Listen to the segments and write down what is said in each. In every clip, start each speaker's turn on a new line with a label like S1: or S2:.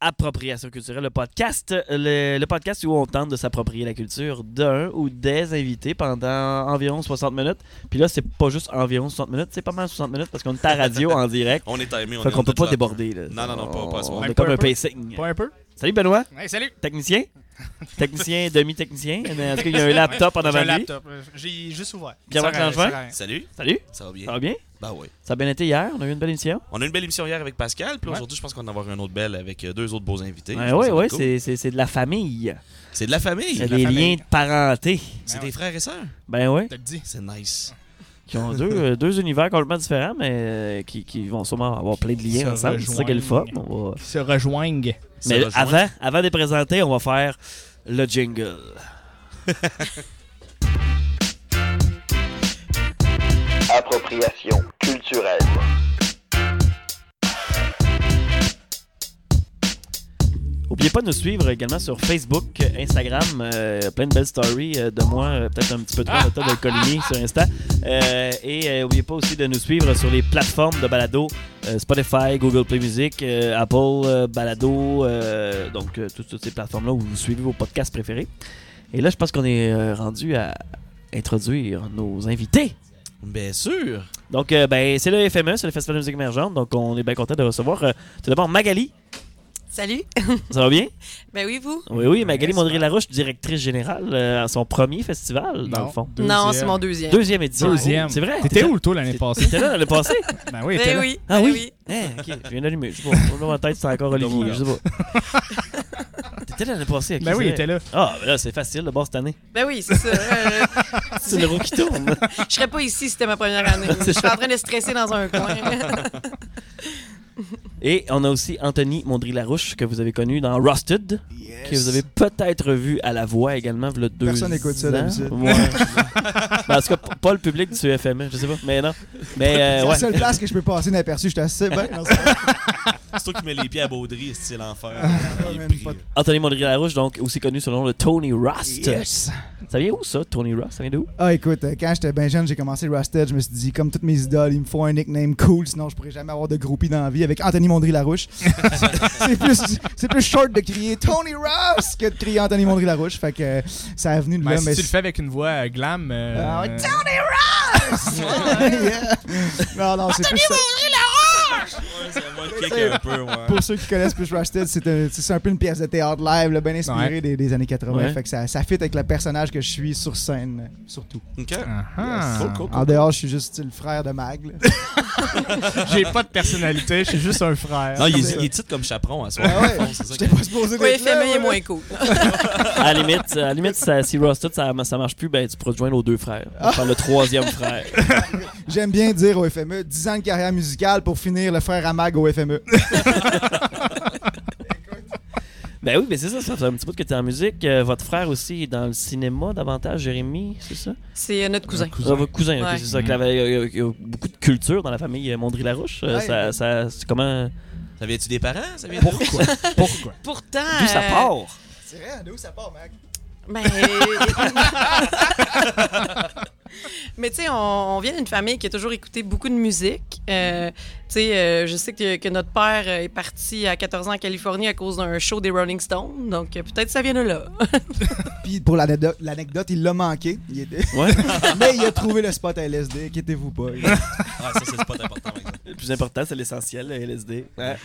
S1: Appropriation culturelle, le podcast, le, le podcast où on tente de s'approprier la culture d'un ou des invités pendant environ 60 minutes. Puis là, c'est pas juste environ 60 minutes, c'est pas mal 60 minutes parce qu'on est à radio en direct.
S2: On est timé, on
S1: Fait
S2: est
S1: qu'on
S2: on
S1: peut
S2: est
S1: pas
S2: là.
S1: déborder. là.
S2: Non, non, non, pas- pas à soir.
S1: On
S2: Hey,
S1: est
S3: pas
S1: comme
S3: un
S1: un
S3: peu.
S1: pacing.
S3: Pas un peu?
S1: Salut Benoît,
S3: Hey, salut!
S1: technicien. Technicien, demi-technicien. En tout cas, il y a un laptop en
S3: J'ai
S1: avant
S3: un
S1: de lui.
S3: laptop. euh, J'ai juste ouvert.
S1: Pierre-Marc
S3: Ça
S1: Langevin?
S3: rien, ça
S2: Salut,
S1: Salut,
S2: ça va bien?
S1: ça va bien?
S2: Bah ouais.
S1: Ça a bien été hier, on a eu une belle émission.
S2: On a une belle émission hier avec Pascal, puis
S3: Ouais.
S2: aujourd'hui, je pense qu'on va en avoir une autre belle avec euh, deux autres beaux invités. Je
S1: Ben Oui,
S2: pense
S1: oui,
S2: que ça va
S1: ouais,
S2: être cool.
S1: c'est- c'est c'est de la famille.
S2: C'est de la famille.
S1: Il y a
S3: de la
S1: des
S3: famille.
S1: liens de parenté.
S2: C'est
S3: Ben
S2: des
S3: ouais.
S2: frères et sœurs.
S1: Ben oui.
S3: rien. Te le dis.
S2: C'est nice.
S1: Qui ont deux, euh, deux univers complètement différents, mais euh, qui, qui vont sûrement avoir plein de
S3: Se
S1: liens ensemble. C'est ça qui est le fun.
S3: rejoignent.
S1: On va-
S3: Qui se rejoignent.
S2: Ça
S1: Mais
S2: rejoint.
S1: avant, avant de les présenter, on va faire le jingle.
S4: Appropriation culturelle.
S1: N'oubliez pas de nous suivre également sur Facebook, euh, Instagram, euh, plein de belles stories euh, de moi, euh, peut-être un petit peu trop le temps de collier sur Insta. Euh, et euh, n'oubliez pas aussi de nous suivre sur les plateformes de balado, euh, Spotify, Google Play Music, euh, Apple euh, Balado, euh, donc euh, toutes, toutes ces plateformes-là où vous suivez vos podcasts préférés. Et là, je pense qu'on est euh, rendu à introduire nos invités.
S2: Bien Ben, sûr.
S1: Donc, euh, ben, c'est le FME, c'est le Festival de musique émergente, donc on est bien content de recevoir euh, tout d'abord Magali.
S5: Salut.
S1: Ça va bien?
S5: Ben oui, vous.
S1: Oui, oui, Magali
S3: Ouais,
S1: Mondré-Larouche, directrice générale euh, à son premier festival, dans le fond.
S5: Non, c'est mon deuxième.
S1: Deuxième édition.
S3: Deuxième.
S1: C'est vrai.
S3: T'étais où, toi, l'année
S1: t'étais-
S3: passée?
S1: T'étais là l'année passée?
S3: Ben oui, t'étais
S5: ben
S3: là.
S5: oui.
S1: Ah
S6: Eh
S5: ben
S1: oui? Hein, ok, je viens d'allumer. Je sais pas. Dans ma tête, c'est encore Olivier. Je sais pas. T'étais là l'année passée, ok.
S3: Ben oui,
S1: c'est
S3: il
S1: vrai.
S3: était là.
S1: Ah, ben là, c'est facile, le bord cette année.
S5: Ben oui, c'est ça. Euh,
S1: C'est le roue qui tourne.
S5: je serais pas ici si c'était ma première année. Je suis en train de stresser dans un coin.
S1: Et on a aussi Anthony Mondry-Larouche, que vous avez connu dans Rusted,
S6: Yes.
S1: que vous avez peut-être vu à la voix également, v'là deux
S6: Personne n'écoute ça,
S1: ans.
S6: d'habitude.
S1: Ouais. Ben, en tout cas, p- pas le public du FME, je sais pas. Mais non. Mais
S6: C'est
S1: euh,
S6: la
S1: ouais.
S6: seule place que je peux passer inaperçu. Je suis assez bien. dans ce-
S3: Ben,
S2: C'est toi qui mets les pieds à Baudry, c'est l'enfer. Il est
S6: même
S2: pris.
S6: pas de-
S1: Anthony Mondry-Larouche, donc aussi connu sous le nom de Tony Rust.
S6: Yes.
S1: Ça vient où ça, Tony Rust Ça vient d'où
S6: Ah, écoute, euh, quand j'étais bien jeune, j'ai commencé Rusted. Je me suis dit, comme toutes mes idoles, il me faut un nickname cool, sinon je pourrais jamais avoir de groupie dans la vie avec Anthony Mondry-Larouche. c'est plus, c'est plus short de crier Tony Rust que de crier Anthony Mondry-Larouche. Fait que euh, ça a venu de là.
S3: Ben, si
S6: mais
S3: tu le
S6: c'est-
S3: fais avec une voix euh, glam. euh,
S6: Ah ouais,
S3: euh,
S6: Yeah. Non, non, c'est plus ça.
S2: Ouais, ça m'a kické un peu, ouais.
S6: Pour ceux qui connaissent plus Rusted, c'est un, c'est un peu une pièce de théâtre live, là, bien inspirée
S3: Ouais.
S6: des, des années 80.
S1: Ouais.
S6: Fait que ça, ça fit avec le personnage que je suis sur scène, euh, surtout.
S2: Ok.
S3: ah, ah.
S2: Cool, cool,
S6: En dehors, je suis juste tu sais, le frère de Mag. là.
S3: J'ai pas de personnalité, je suis juste un frère.
S2: Non, il est, il est titre comme chaperon à soir.
S6: Ah ouais,
S2: Au fond, c'est ça
S6: J'étais
S2: que-
S6: pas supposé
S5: Oui,
S6: d'être là,
S5: FME
S6: moi,
S5: E, est
S6: là.
S5: moins cool.
S1: À la limite, à la limite ça- si Rusted ça, ça marche plus, ben tu pourras te joindre aux deux frères. On va faire le troisième frère.
S6: J'aime bien dire au FME 10 ans de carrière musicale pour finir le frère à Mag au E. FME.
S1: Ben oui, mais c'est ça, ça fait un petit bout que t'es en musique. Euh, votre frère aussi est dans le cinéma davantage, Jérémy, c'est ça
S5: C'est euh, notre cousin.
S1: Ah, Votre cousin, ok,
S5: Ouais.
S1: c'est ça.
S2: Mm.
S1: qu'il avait- Il y, a, il y a beaucoup de culture dans la famille Mondry-Larouche. Euh,
S6: Ouais.
S1: ça, ça, c'est comment.
S2: Ça vient-tu des parents? Ça vient
S3: Pourquoi? Pourquoi?
S5: Pourtant.
S1: D'où ça
S5: euh,
S1: part
S6: C'est vrai, d'où ça part, Mag?
S5: Ben. Mais tu sais, on, on vient d'une famille qui a toujours écouté beaucoup de musique. Euh, tu sais, euh, je sais que, que notre père euh, est parti à 14 ans en Californie à cause d'un show des Rolling Stones, donc euh, peut-être ça vient de là.
S6: Puis pour l'anecdote, l'anecdote, il l'a manqué. Il était-
S1: Ouais.
S6: Mais il a trouvé le spot à LSD, inquiétez-vous pas.
S2: Ah, ça, c'est pas important, par exemple.
S1: Le plus important, c'est l'essentiel, le LSD. Ouais.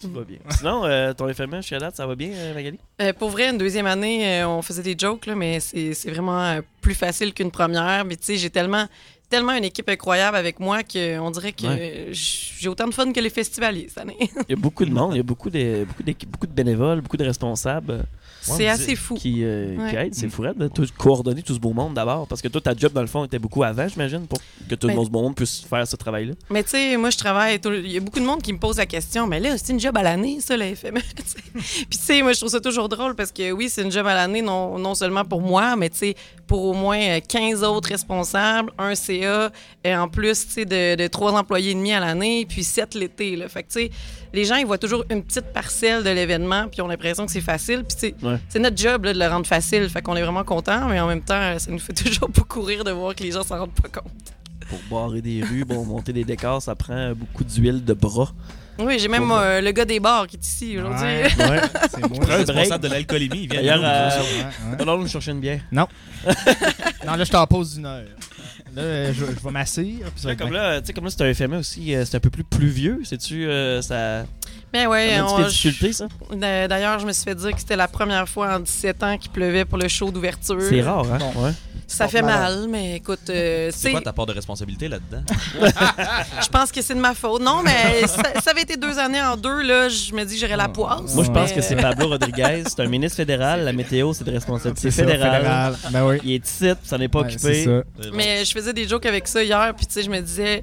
S1: Tout va bien. Sinon, euh, ton FME, je suis à date, ça va bien, euh, Magali
S5: Euh, pour vrai, une deuxième année, euh, on faisait des jokes, là, mais c'est c'est vraiment euh, plus facile qu'une première. Mais tu sais, j'ai tellement, tellement une équipe incroyable avec moi qu'on dirait que
S1: Ouais.
S5: euh, j- j'ai autant de fun que les festivaliers cette année.
S1: Il y a beaucoup de monde, il y a beaucoup de, beaucoup d'équipes, beaucoup de bénévoles, beaucoup de responsables euh,
S2: mais
S5: c'est assez fou.
S1: qui, euh, qui
S5: Ouais.
S1: aident. C'est fou, de tout, coordonner tout ce beau monde d'abord. Parce que toi, ta job, dans le fond, était beaucoup avant, j'imagine, pour que tout le
S5: Ben-
S1: monde, ce beau monde puisse faire ce travail-là.
S5: Mais tu sais, moi, je travaille. tout- Il y a beaucoup de monde qui me pose la question, mais là, c'est une job à l'année, ça, la FME. E, tu sais. Puis tu sais, moi, je trouve ça toujours drôle parce que oui, c'est une job à l'année, non, non seulement pour moi, mais tu sais, pour au moins euh, 15 autres responsables, un CA, et en plus, tu sais, de, de trois employés et demi à l'année, puis sept l'été. Là. Fait que tu sais, les gens, ils voient toujours une petite parcelle de l'événement, puis ils ont l'impression que c'est facile. Puis tu sais,
S1: Ouais.
S5: c'est notre job là, de le rendre facile. Fait qu'on est vraiment content, mais en même temps, ça nous fait toujours beaucoup rire de voir que les gens s'en rendent pas compte.
S1: pour barrer des rues, bon, monter des décors, ça prend beaucoup d'huile de bras.
S5: Oui, j'ai même euh, le gars des bars qui est ici aujourd'hui.
S3: Ouais,
S1: Ouais.
S3: c'est
S2: Le
S3: moi.
S1: break.
S2: responsable de l'alcoolémie, il vient
S1: D'ailleurs,
S2: nous,
S1: euh,
S2: nous-
S3: Ouais, ouais.
S1: Alors, nous chercher une bière.
S3: Non, là, je t'en pose une heure. Là, euh, je, je vais m'asseoir. puis ça va être
S1: Comme
S3: bien.
S1: là, tu sais, comme là, c'est un FME aussi, euh, c'est un peu plus pluvieux. Sais-tu, euh, ça.
S5: Mais Ben ouais,
S1: ça met un petit
S5: Eh, on-
S1: peu de difficulté, ça?
S5: Euh, D'ailleurs, je me suis fait dire que c'était la première fois en 17 ans qu'il pleuvait pour le show d'ouverture.
S1: C'est rare, hein?
S6: Bon.
S1: Ouais.
S5: Ça fait mal, mais écoute, euh,
S2: C'est
S5: c'est-
S2: quoi ta part de responsabilité là-dedans?
S5: je pense que c'est de ma faute. Non, mais ça, ça avait été deux années en deux, là, je me dis que j'aurais la poisse.
S1: Moi, je pense
S5: mais-
S1: que c'est Pablo Rodriguez, c'est un ministre fédéral. La météo, c'est de responsabilité
S3: ça,
S1: fédérale.
S3: Ben oui.
S1: Il est ici, ça n'est pas
S3: Ouais,
S1: occupé.
S3: c'est ça.
S5: Mais je faisais des jokes avec ça hier, puis tu sais, je me disais,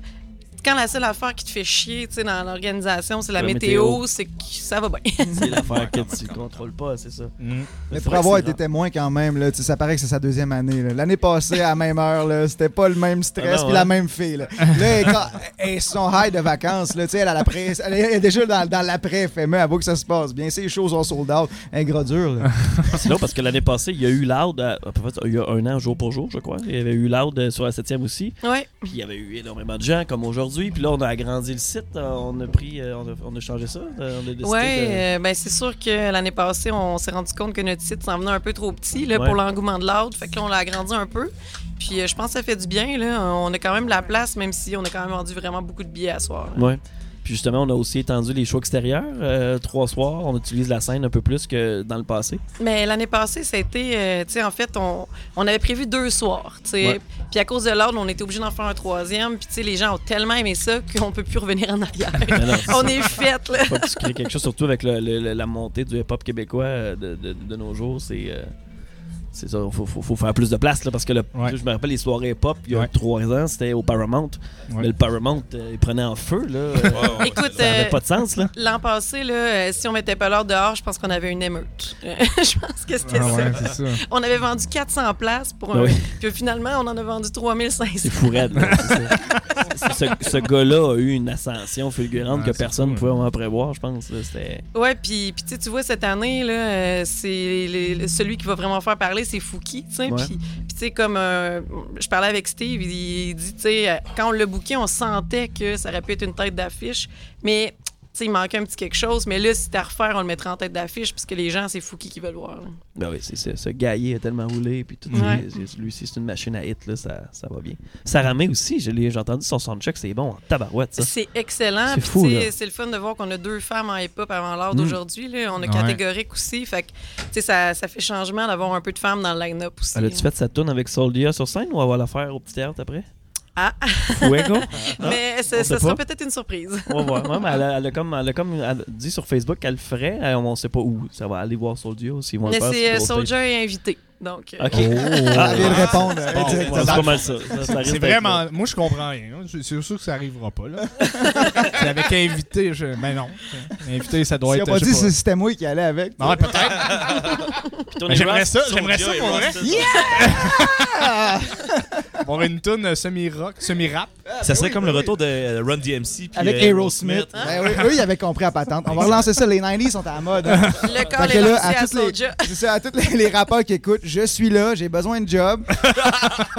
S5: quand la seule affaire qui te fait chier, tu sais, dans l'organisation, c'est la,
S1: La
S5: météo,
S1: météo.
S5: c'est que ça va bien.
S1: C'est l'affaire que tu contrôles pas, c'est ça.
S3: Mm.
S6: Mais
S1: C'est vrai
S6: pour
S1: que
S6: avoir
S1: c'est
S6: été
S1: rare.
S6: témoin quand même, là, tu sais, ça paraît que c'est sa deuxième année. là. L'année passée, à la même heure, là, c'était pas le même
S1: Ah
S6: stress
S1: non,
S6: puis la
S1: hein?
S6: même fille. Là, Là, elle- quand- elle sont high de vacances. Là, tu sais, elle, a la presse- elle est déjà dans, dans l'après-FME. Avoue E, que ça se passe bien. Ces choses sont sold out. Un gros dur. là.
S1: C'est drôle parce que l'année passée, il y a eu Loud, à- à peu près, il y a un an, jour pour jour, je crois. Il y avait eu Loud euh, sur la 7 aussi.
S5: Ouais.
S1: Puis il y avait eu énormément de gens, comme aujourd'hui. Puis là, on a agrandi le site. euh, On a pris, euh, on a, on a changé ça. euh, On a décidé
S5: Ouais,
S1: de-
S5: euh, ben c'est sûr que l'année passée, on s'est rendu compte que notre site s'en venait un peu trop petit là,
S1: Ouais.
S5: pour l'engouement de l'autre. Fait que là, on l'a agrandi un peu. Puis euh, je pense que ça fait du bien. Là. On a quand même de la place, même si on a quand même vendu vraiment beaucoup de billets à soir. là.
S1: Ouais. Puis justement, on a aussi étendu les shows extérieurs. euh, trois soirs, on utilise la scène un peu plus que dans le passé.
S5: Mais l'année passée, ça a été. euh, tu sais, en fait, on, on avait prévu deux soirs. tu sais.
S1: Ouais.
S5: Puis à cause de l'ordre, on était obligé d'en faire un troisième. Puis tu sais, les gens ont tellement aimé ça qu'on peut plus revenir en arrière.
S1: Mais non, c'est
S5: on est fait, là.
S1: Faut que tu crées quelque chose, surtout avec le- le- le- la montée du hip-hop québécois euh, de, de- de nos jours. C'est. euh, c'est ça, faut, faut, faut faire plus de place là, parce que le,
S3: Ouais.
S1: je me rappelle les soirées hip-hop, il y a
S3: Ouais.
S1: trois ans, c'était au Paramount.
S3: Ouais.
S1: Mais le Paramount, euh, il prenait en feu. Là, Euh,
S5: Écoute,
S1: ça
S5: euh,
S1: n'avait pas de sens. là.
S5: l'an passé, là, euh, si on mettait pas l'ordre dehors, je pense qu'on avait une émeute. je pense que c'était
S3: Ah
S5: ça.
S3: ouais, c'est ça.
S5: On avait vendu 400 places pour
S1: Ah
S5: un.
S1: oui.
S5: Puis finalement, on en a vendu 3500.
S1: C'est fou raide. là, c'est ça. C'est- ce ce gars-là a eu une ascension fulgurante
S3: Ouais,
S1: que
S3: c'est
S1: personne
S3: fou,
S1: ne
S3: hein.
S1: pouvait vraiment prévoir, je pense. là. C'était
S5: Ouais, puis, puis tu sais, tu vois, cette année, là, euh, c'est les- le- celui qui va vraiment faire parler, c'est Fouki. tu sais.
S1: Ouais.
S5: Puis, puis tu sais, comme euh, je parlais avec Steve, il, il dit, tu sais, euh, quand on l'a booké, on sentait que ça aurait pu être une tête d'affiche, mais tu sais, il manquait un petit quelque chose. Mais là, si t'as à refaire, on le mettra en tête d'affiche, puisque les gens, c'est Fouki qui veulent voir. là.
S1: Ben oui, c'est ça. Ce gaillé a tellement roulé. Puis tout,
S5: Ouais.
S1: c'est- c'est- lui aussi, c'est une machine à hit. Là, ça, ça va bien. Saramé aussi, je l'ai- j'ai entendu son soundcheck, c'est bon. en Tabarouette, ça.
S5: C'est excellent.
S1: C'est
S5: Puis,
S1: fou,
S5: tu sais,
S1: là.
S5: C'est le fun de voir qu'on a deux femmes en hip-hop avant l'heure
S1: Mm.
S5: d'aujourd'hui. là. On
S3: Ouais.
S5: a catégorique aussi. Fait que, tu sais, ça, ça fait changement d'avoir un peu de femmes dans le line-up aussi.
S1: Elle a-tu fait sa tourne avec Soldia sur scène ou elle va la faire au petit théâtre après?
S5: Ah.
S1: Fuego?
S5: Mais
S1: on
S5: ça
S1: sait
S5: ça sera
S1: pas.
S5: peut-être une surprise.
S1: On va voir. Ouais, mais elle, a, elle a comme, elle a comme elle a dit sur Facebook qu'elle le ferait. Elle- on sait pas où. Ça va aller voir Soldia ou s'ils vont
S5: Mais
S1: le faire. sur
S5: c'est euh,
S1: le gros
S5: Soldier est invité. Donc, euh,
S1: stage.
S6: Oh,
S1: OK. Ah,
S6: elle vient de
S1: ah,
S6: répondre. euh,
S2: bon,
S1: C'est
S6: directement.
S1: c'est pas mal ça. Ça, ça risque
S3: C'est
S1: d'être
S3: vraiment. Moi, je comprends rien. hein. C'est c'est sûr que ça arrivera pas, là. c'est avec invité. Je... Ben non. Invité, ça doit
S6: Si on
S3: être.
S6: pas
S3: je
S6: dit
S3: sais
S6: si c'était moi qui allais avec.
S3: pas. Ouais, peut-être.
S1: Puis euh, Tony
S3: Mais Ben, J'aimerais
S1: Ross,
S3: ça. J'aimerais ça
S2: Soulja et
S3: pour vrai.
S2: Ross.
S3: Avoir une tune euh, semi-rock, semi-rap.
S2: Ça serait comme le retour de euh, Run DMC. puis,
S6: Avec
S2: euh,
S6: Aerosmith. Ben oui, eux, ils avaient compris à patente. On va relancer ça. Les 90 sont à la mode. hein.
S5: le
S6: Fait
S5: corps
S6: que
S5: est
S6: là,
S5: lancé
S6: à
S5: à,
S6: toutes les-
S5: Soldier.
S6: C'est ça, à tous les, les rappeurs qui écoutent, je suis là, j'ai besoin de job.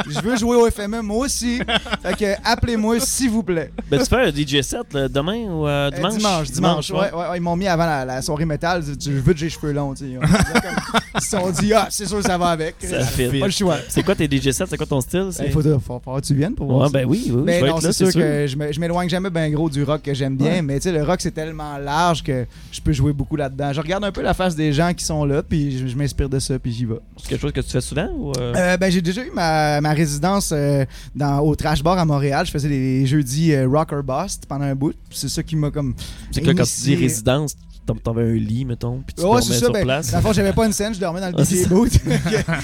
S6: je veux jouer au FME, moi aussi. Fait que appelez-moi s'il vous plaît.
S1: Ben, tu fais un DJ set là, demain ou euh,
S6: Euh,
S1: dimanche?
S6: dimanche, dimanche,
S1: ouais.
S6: ouais, ouais, ouais, ils m'ont mis avant la, la soirée métal. Je- Je veux que j'ai les cheveux longs. tu sais. Ils ont- comme- ils se sont dit, ah, c'est sûr, ça va avec.
S1: Ça fit.
S6: Pas le choix.
S1: C'est quoi tes DJ sets? C'est quoi ton style?
S6: Il
S1: C'est-
S6: faut, faut, faut que tu viennes pour voir.
S1: Ouais,
S6: ça.
S1: ben oui, oui, oui,
S6: Mais
S1: je vais
S6: non,
S1: être là,
S6: c'est sûr,
S1: sûr.
S6: que je me- je m'éloigne jamais ben gros du rock que j'aime bien,
S1: Ouais.
S6: mais tu sais, le rock c'est tellement large que je peux jouer beaucoup là-dedans. Je regarde un peu la face des gens qui sont là, puis je, je m'inspire de ça, puis j'y vais.
S1: C'est quelque chose que tu fais souvent? Ou, euh,
S6: Euh, ben, j'ai déjà eu ma, ma résidence euh, dans, au Trash Bar à Montréal. Je faisais des jeudis euh, Rock or Bust pendant un bout. Puis C'est ça qui m'a comme.
S1: c'est que là, quand tu dis
S6: initié-
S1: résidence, t'en- t'avais un lit, mettons, puis tu te
S6: Ouais,
S1: dormais
S6: c'est ça.
S1: sur
S6: Ben,
S1: place.
S6: Dans le fond, j'avais pas une scène, je dormais dans le
S1: Ah, c'est
S6: BT
S1: ça.
S6: boat.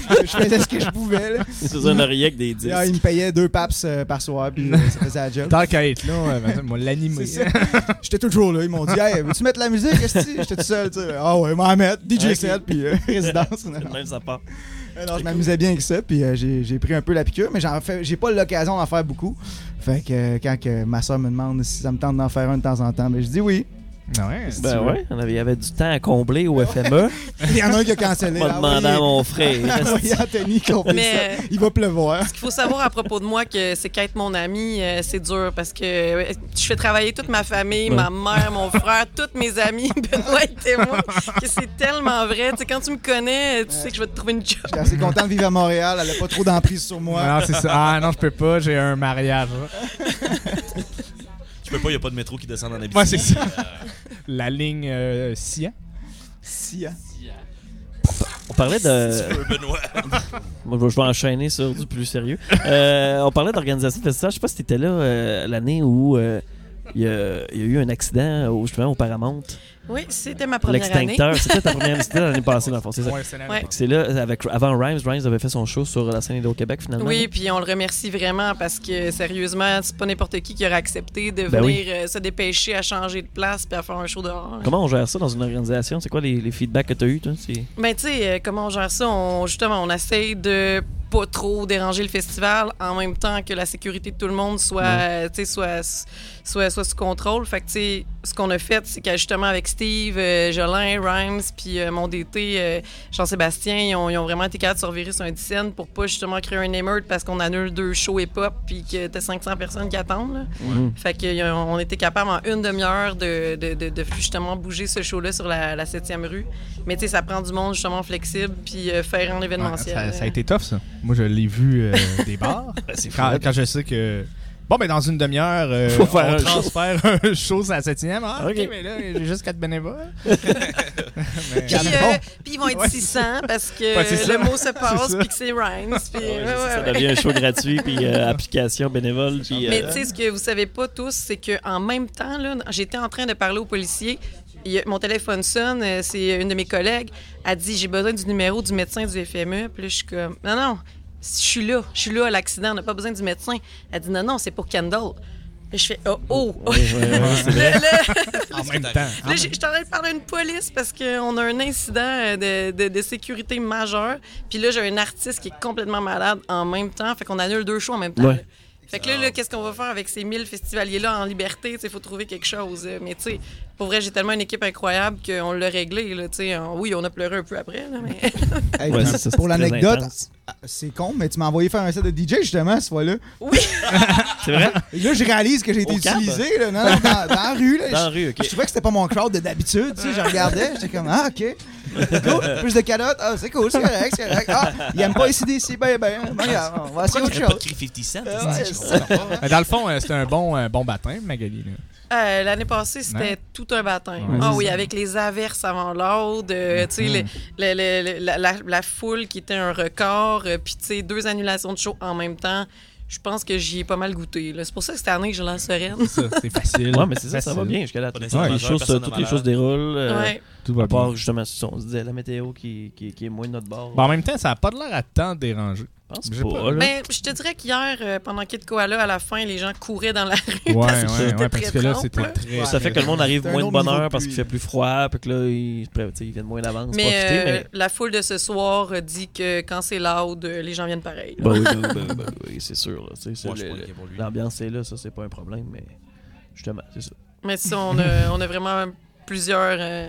S6: je faisais ce que je pouvais. Là.
S1: C'est un oreiller avec des
S6: Et,
S1: disques.
S6: ah, il me payait deux paps euh, par soir, puis euh, ça faisait la job.
S3: Tant qu'à être là, euh, ben, moi,
S6: C'est
S3: l'animer.
S6: ça. euh, J'étais toujours là. Ils m'ont dit Hey, veux-tu mettre la musique esti? J'étais tout seul. tu sais. Ah ouais, m'en mettre. DJ
S1: Ok.
S6: set, puis euh, résidence. Non, non.
S1: Même ça part.
S6: Alors, je m'amusais bien avec ça, puis euh, j'ai j'ai pris un peu la piqûre, mais j'en fais, j'ai pas l'occasion d'en faire beaucoup. Fait que euh, quand que ma soeur me demande si ça me tente d'en faire un de temps en temps, ben, je dis oui.
S3: Ah Ouais. si tu
S1: Ben
S3: veux.
S1: ouais, on avait, il y avait du temps à combler au E. FME.
S6: Il y en a un qui a cancellé.
S1: Pas
S6: Ah,
S1: demandé à
S6: oui.
S1: mon frère.
S6: Ah, oui, Anthony, qu'on fait
S5: Mais-
S6: ça. Il va pleuvoir.
S5: Ce qu'il faut savoir à propos de moi, que c'est qu'être mon ami, euh, c'est dur parce que euh, je fais travailler toute ma famille, ma mère, mon frère, toutes mes amis, Benoît et témoin, que c'est tellement vrai. Tu sais, quand tu me connais, tu sais que je vais te trouver une job.
S6: J'étais assez content de vivre à Montréal. Elle n'a pas trop d'emprise sur moi.
S3: Non, c'est ça. Ah non, je peux pas, j'ai un mariage.
S2: Je peux pas, il n'y a pas de métro qui descend dans la
S3: Moi, c'est ça. La ligne euh, Sia.
S6: Si, hein.
S1: On parlait de.
S2: Benoît.
S1: Moi, je vais- je vais enchaîner sur du plus sérieux. Euh, on parlait d'organisation de festival. Je sais pas si t'étais là euh, l'année où euh, il y, a, il y a eu un accident au, justement au Paramount.
S5: Oui, c'était ma première année.
S1: L'extincteur. C'était ta première c'était l'année passée, dans le fond. C'est ça.
S3: Ouais, c'est la-
S5: Ouais.
S1: C'est là, avec, avant Rhymes, Rhymes avait fait son show sur la scène Indo-Québec finalement.
S5: Oui, puis on le remercie vraiment parce que sérieusement, c'est pas n'importe qui qui aurait accepté de
S1: Ben oui.
S5: venir euh, se dépêcher à changer de place puis à faire un show dehors.
S1: Comment on gère ça dans une organisation? C'est quoi les, les feedbacks que tu as eus? toi? C'est-
S5: Ben, tu sais, euh, comment on gère ça? On, justement, on essaye de pas trop déranger le festival en même temps que la sécurité de tout le monde soit, euh, tu sais, soit, soit, soit sous contrôle. Fait que, tu sais, ce qu'on a fait, c'est que justement avec Steve, euh, Jolin, Rhymes, puis euh, mon DT, euh, Jean-Sébastien, ils ont, ils ont vraiment été capables de survivre sur un 10 scènes pour pas justement créer un émeute parce qu'on annule deux shows hip-hop puis que t'as 500 personnes qui attendent. là. Fait qu'on était capable en une demi-heure de, de, de- de justement bouger ce show-là sur la, la 7e rue. Mais tu sais, ça prend du monde justement flexible puis euh, faire un
S3: Ouais,
S5: événementiel.
S1: hein.
S3: ça, ça a été tough, ça. Moi, je l'ai vu euh, des bars.
S1: Ben,
S3: quand, quand je sais que. Bon, ben dans une demi-heure, euh,
S1: Faut faire
S3: on
S1: un show.
S3: transfère un show à la septième. Ah, ok,
S1: Ok.
S3: mais là, j'ai juste quatre bénévoles.
S5: Puis,
S3: Mais-
S5: euh, puis ils vont être
S3: Ouais.
S5: 600 parce que
S3: Ouais, c'est ça.
S5: le mot se passe
S3: ça.
S5: puis que c'est
S1: Ah ouais,
S5: rhymes. Puis, ouais,
S1: c'est ça,
S5: ouais,
S1: ça
S5: ouais.
S1: devient un show gratuit, puis euh, application bénévole. Puis,
S5: Mais
S1: euh,
S5: tu sais, ce que vous savez pas tous, c'est qu'en même temps, là, j'étais en train de parler au policier. Il- mon téléphone sonne, euh, c'est une de mes collègues. Elle dit J'ai besoin du numéro du médecin du FME. Puis là, je suis comme Non, non, je suis là. Je suis là à l'accident, on n'a pas besoin du médecin. Elle dit Non, non, c'est pour Kendall. Là, je fais Oh, oh.
S1: ouais, ouais, ouais, c'est vrai.
S5: Là, là,
S3: en même temps.
S5: là, j'ai- je suis en train de parler à une police parce qu'on a un incident euh, de, de- de sécurité majeur. Puis là, j'ai un artiste qui est complètement malade en même temps. Fait qu'on annule deux shows en même temps.
S1: Ouais.
S5: là. Fait que là, là, qu'est-ce qu'on va faire avec ces 1000 festivaliers-là en liberté? Il faut trouver quelque chose. euh, Mais tu sais, pour vrai, j'ai tellement une équipe incroyable qu'on l'a réglé. Là, tu sais, en- oui, on a pleuré un peu après, là, mais
S6: Hey,
S1: Ouais,
S6: puis,
S1: c'est ça, c'est
S6: pour
S1: très
S6: l'anecdote,
S1: intense.
S6: ah, c'est con, mais tu m'as envoyé faire un set de DJ justement cette fois-là.
S5: oui,
S1: C'est vrai?
S6: Et Là, je réalise que j'ai été
S1: Au cab?
S6: utilisé là, non, non, dans, dans la rue. Là,
S1: Dans la
S6: Je-
S1: rue, ok.
S6: Je trouvais que c'était pas mon crowd de d'habitude. Tu sais, je regardais, j'étais comme Ah, ok. Cool. Plus de carottes. Ah, c'est cool, c'est correct, c'est correct. Ah, il aime pas ici d'ici. Ben, ben, ben, regarde, on va essayer
S2: Pourquoi
S6: autre
S2: tu n'as pas de
S6: chose.
S2: cri 50 Cent?
S6: Euh,
S2: c'est-
S6: ouais,
S2: je
S6: c'est
S2: comprends
S6: ça.
S2: pas.
S3: Mais Dans le fond, euh, c'était un bon, euh, bon baptême, Magali. là.
S5: Euh, l'année passée, c'était
S3: Ouais.
S5: tout un baptême.
S3: Ouais,
S5: ah
S6: c'est
S5: oui,
S6: ça.
S5: avec les averses avant l'aude, euh, tu sais, le- le- le- le- la, la- la foule qui était un record, euh, puis tu sais, deux annulations de show en même temps. Je pense que j'y ai pas mal goûté. là. C'est pour ça que cette année que je lance sereine.
S3: Ça, C'est facile.
S1: Ouais, mais c'est ça, ça va
S3: Facile.
S1: bien jusqu'à là.
S2: Pas
S1: Toutes
S2: d'incident
S1: les
S2: majeur,
S1: choses se-
S2: personne
S1: toutes
S2: n'a
S1: les
S2: malade.
S1: choses déroulent. euh,
S5: Ouais.
S3: Tout va
S1: À
S3: bien.
S1: part justement, si on se disait la météo qui, qui, qui est moins de notre bord.
S3: Bon, en même temps, ça n'a pas l'air à tant déranger.
S1: Bah, je pense
S3: j'ai
S1: pas.
S3: pas-
S1: là.
S5: Mais Ben, je te dirais qu'hier, euh, pendant Kid Koala, à la fin, les gens couraient dans la
S3: Ouais,
S5: rue. parce
S3: ouais,
S5: qu'ils
S3: ouais,
S5: étaient
S3: parce
S5: très
S3: que là,
S5: trempes,
S3: c'était
S5: là.
S3: très.
S1: ça fait que le monde arrive
S6: C'est un
S1: moins de
S6: autre
S1: bonne
S6: niveau
S1: heure
S6: de
S1: parce qu'il
S6: pluie.
S1: fait plus froid, puis que là, ils, tu sais, ils viennent moins d'avance.
S5: Mais,
S1: profiter,
S5: euh,
S1: mais...
S5: la foule de ce soir euh, dit que quand c'est loud, euh, les gens viennent pareil. là.
S1: Ben oui, ben oui, ben oui, ben oui, c'est sûr. là, tu sais, c'est
S2: Moi, je
S1: le-
S2: suis pas inquiet pour lui.
S1: L'ambiance est là, ça, c'est pas un problème, mais justement, c'est ça.
S5: Mais ça, on a, on a vraiment plusieurs. euh,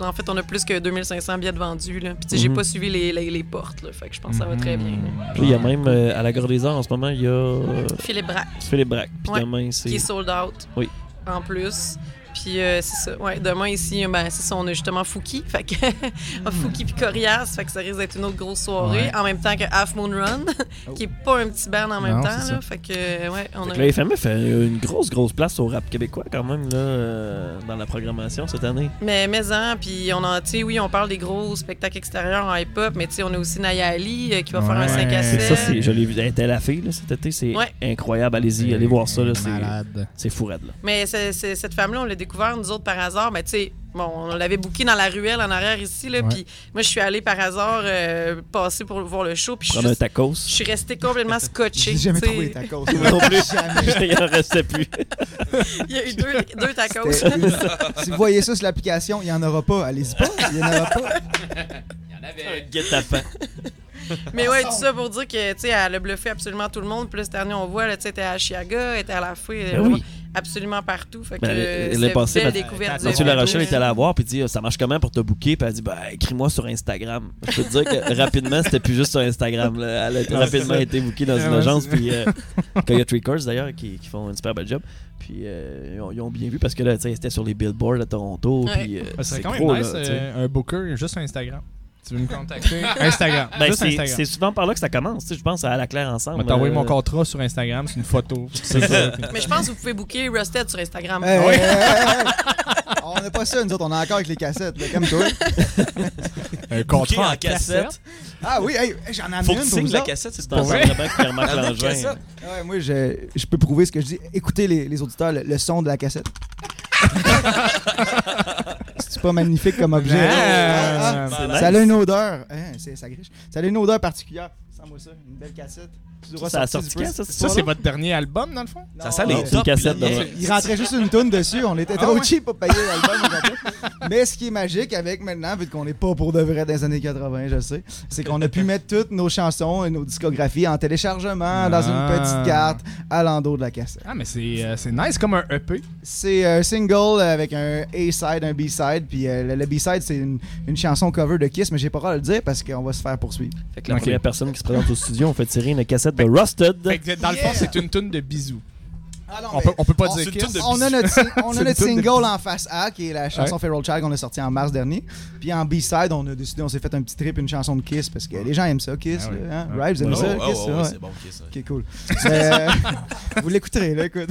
S5: en fait, on a plus que 2500 billets de vendus. Là. Puis, tu sais, j'ai
S1: Mhm.
S5: pas suivi les, les, les portes. Là. Fait que je pense que ça va très bien. là.
S1: Puis il y a même euh, à la Gare des Arts en ce moment, il y a euh,
S5: Philippe Braque,
S1: Philippe Braque. Puis
S5: Ouais,
S1: demain,
S5: qui
S1: c'est.
S5: est sold out.
S1: Oui.
S5: En plus. Puis, euh, c'est ça. Ouais, demain, ici, ben, c'est ça, on a justement Fouki. Fait que
S1: Hmm.
S5: Fouki puis Corias. Fait que ça risque d'être une autre grosse soirée.
S3: Ouais.
S5: En même temps que Half Moon Run,
S1: Oh.
S5: qui est pas un petit band en même
S3: Non,
S5: temps.
S3: c'est
S5: Là. Fait que, euh, ouais, on
S1: Fait
S5: a.
S1: que la FME fait une grosse, grosse place au rap québécois quand même là, euh, dans la programmation cette année.
S5: Mais maison, puis on a, tu sais, oui, on parle des gros spectacles extérieurs en hip-hop, mais tu sais, on a aussi Naya Ali euh, qui va faire
S3: Ouais.
S5: un 5 à
S1: Et
S5: 7.
S1: ça, c'est, je l'ai vu, elle était à la fille là, cet été, c'est
S5: Ouais.
S1: incroyable. Allez-y, allez voir ça. Là, c'est,
S3: Malade.
S1: c'est fou raide, là.
S5: Mais c'est- c'est- cette femme-là, on l'a découvert, nous autres, par hasard. Mais tu sais, bon, on l'avait bouquée dans la ruelle en arrière ici, là,
S3: Ouais.
S5: puis moi, je suis allée par hasard euh, passer pour voir le show, puis je suis
S1: Prendre un
S5: juste-
S1: tacos.
S5: je suis restée complètement scotchée.
S6: J'ai jamais
S5: tu sais.
S6: trouvé ta cause.
S1: non plus. Il en restait plus.
S5: Il y a eu deux, deux tacos.
S6: C'était une- Si vous voyez ça sur l'application, il n'y en aura pas. Allez-y pas. Il n'y en aura pas.
S1: Guet-apens.
S5: Mais ouais, tout ça pour dire que, tu sais, elle a bluffé absolument tout le monde. Plus cette année, on voit, là, tu sais, elle était à Chiaga, elle était à la fouille. euh,
S1: Ben oui.
S5: absolument partout. Fait que
S1: Ben, elle-
S5: euh,
S1: elle est
S5: c'est
S1: passée,
S5: belle
S1: ben,
S5: découverte.
S1: Mathieu
S5: du-
S1: Larochelle est allé la voir puis dit ça marche comment pour te booker puis elle dit ben écris-moi sur Instagram. Je peux te dire que rapidement c'était plus juste sur Instagram. là. Elle a
S3: Non,
S1: rapidement
S3: c'est ça.
S1: été bookée dans
S3: Ouais,
S1: une
S3: ouais,
S1: agence
S3: c'est ça.
S1: puis euh, Coyote Records d'ailleurs qui, qui font une super belle job. Puis euh, ils, ont, ils ont bien vu parce que là tu sais, c'était sur les billboards à Toronto
S5: Ouais.
S1: puis euh,
S3: Ça serait
S1: c'est
S3: quand même
S1: gros,
S3: nice,
S1: là, tu sais.
S3: euh, un booker juste sur Instagram. Tu veux me contacter? Instagram.
S1: Ben,
S3: juste
S1: c'est
S3: Instagram.
S1: c'est souvent par là que ça commence. tu sais, Je pense à la Claire
S3: On
S1: ensemble.
S3: va t'envoyer
S1: euh,
S3: mon contrat sur Instagram, c'est une photo. C'est ça.
S5: Mais je pense que vous pouvez booker Rusted sur Instagram.
S1: Ah
S6: Hey, hey, hey, hey. On n'a pas ça, nous autres, on est encore avec les cassettes, là, comme toi.
S3: Un
S2: Bouquet
S3: contrat
S2: en cassette.
S6: Ah oui, hey, hey, j'en ai
S2: Faut que tu
S6: amené une pour
S2: signes
S6: vous
S2: la
S6: autres.
S2: cassette, c'est
S1: C'est un
S2: vrai.
S1: sacrement qui remarque
S2: Avec
S1: l'engin.
S2: cassette.
S6: Ah Ouais, moi, je, je peux prouver ce que je dis. Écoutez, les, les auditeurs, le, le son de la cassette. C'est pas magnifique comme objet. Ah,
S3: Ah,
S6: ah,
S1: C'est
S6: Ça a
S1: nice.
S6: une odeur. Hein, c'est- ça griche. Ça a une odeur particulière. Sens-moi ça, une belle cassette. Tu
S1: Ça,
S6: devras
S1: Ça a
S6: sortir du
S1: sorti quand,
S6: press.
S1: ça,
S3: Ça, c'est votre dernier album, dans le fond?
S6: Non,
S2: Ça sent
S6: non,
S2: les
S1: c'est une
S2: tops.
S1: cassette,
S2: là.
S1: là, ouais.
S6: Il rentrait juste une toune dessus, on était
S3: Ah
S6: trop
S3: ouais?
S6: cheap pour payer l'album. on rappelle. Mais ce qui est magique avec maintenant, vu qu'on n'est pas pour de vrai dans les années 80, je sais, c'est qu'on a pu mettre toutes nos chansons et nos discographies en téléchargement dans
S3: Ah.
S6: une petite carte à l'endos de la cassette.
S3: Ah, mais c'est euh, c'est nice comme un EP.
S6: C'est un single avec un A-side, un B-side, puis euh, le, le B-side c'est une, une chanson cover de Kiss, mais j'ai pas le droit de le dire parce qu'on va se faire poursuivre.
S1: Fait que la
S3: Ok. ben,
S1: première personne qui se présente au studio, on fait tirer une cassette de Rusted.
S3: Fait que, dans le fond,
S6: Yeah.
S3: c'est une toune de bisous.
S6: Ah
S3: On peut, on peut pas
S6: on-
S3: dire
S2: c'est une toune
S3: Kiss.
S2: de
S6: On a notre, sing- on
S3: C'est
S6: a
S3: une
S6: notre
S3: toute de
S6: single
S3: bisous.
S6: en face A, qui est la chanson Feral Child qu'on a sortie en mars dernier. Puis en B-side, on a décidé, on s'est fait un petit trip, une chanson de Kiss, parce que les gens aiment ça, Kiss.
S3: Ah oui.
S6: là, hein?
S3: Ouais.
S6: Right, vous aimez
S2: Oh,
S6: ça,
S2: oh,
S6: Kiss?
S2: oh,
S6: ouais.
S2: oui, c'est bon, ok, ça.
S6: Ok, cool. Euh, vous l'écouterez, là, écoute.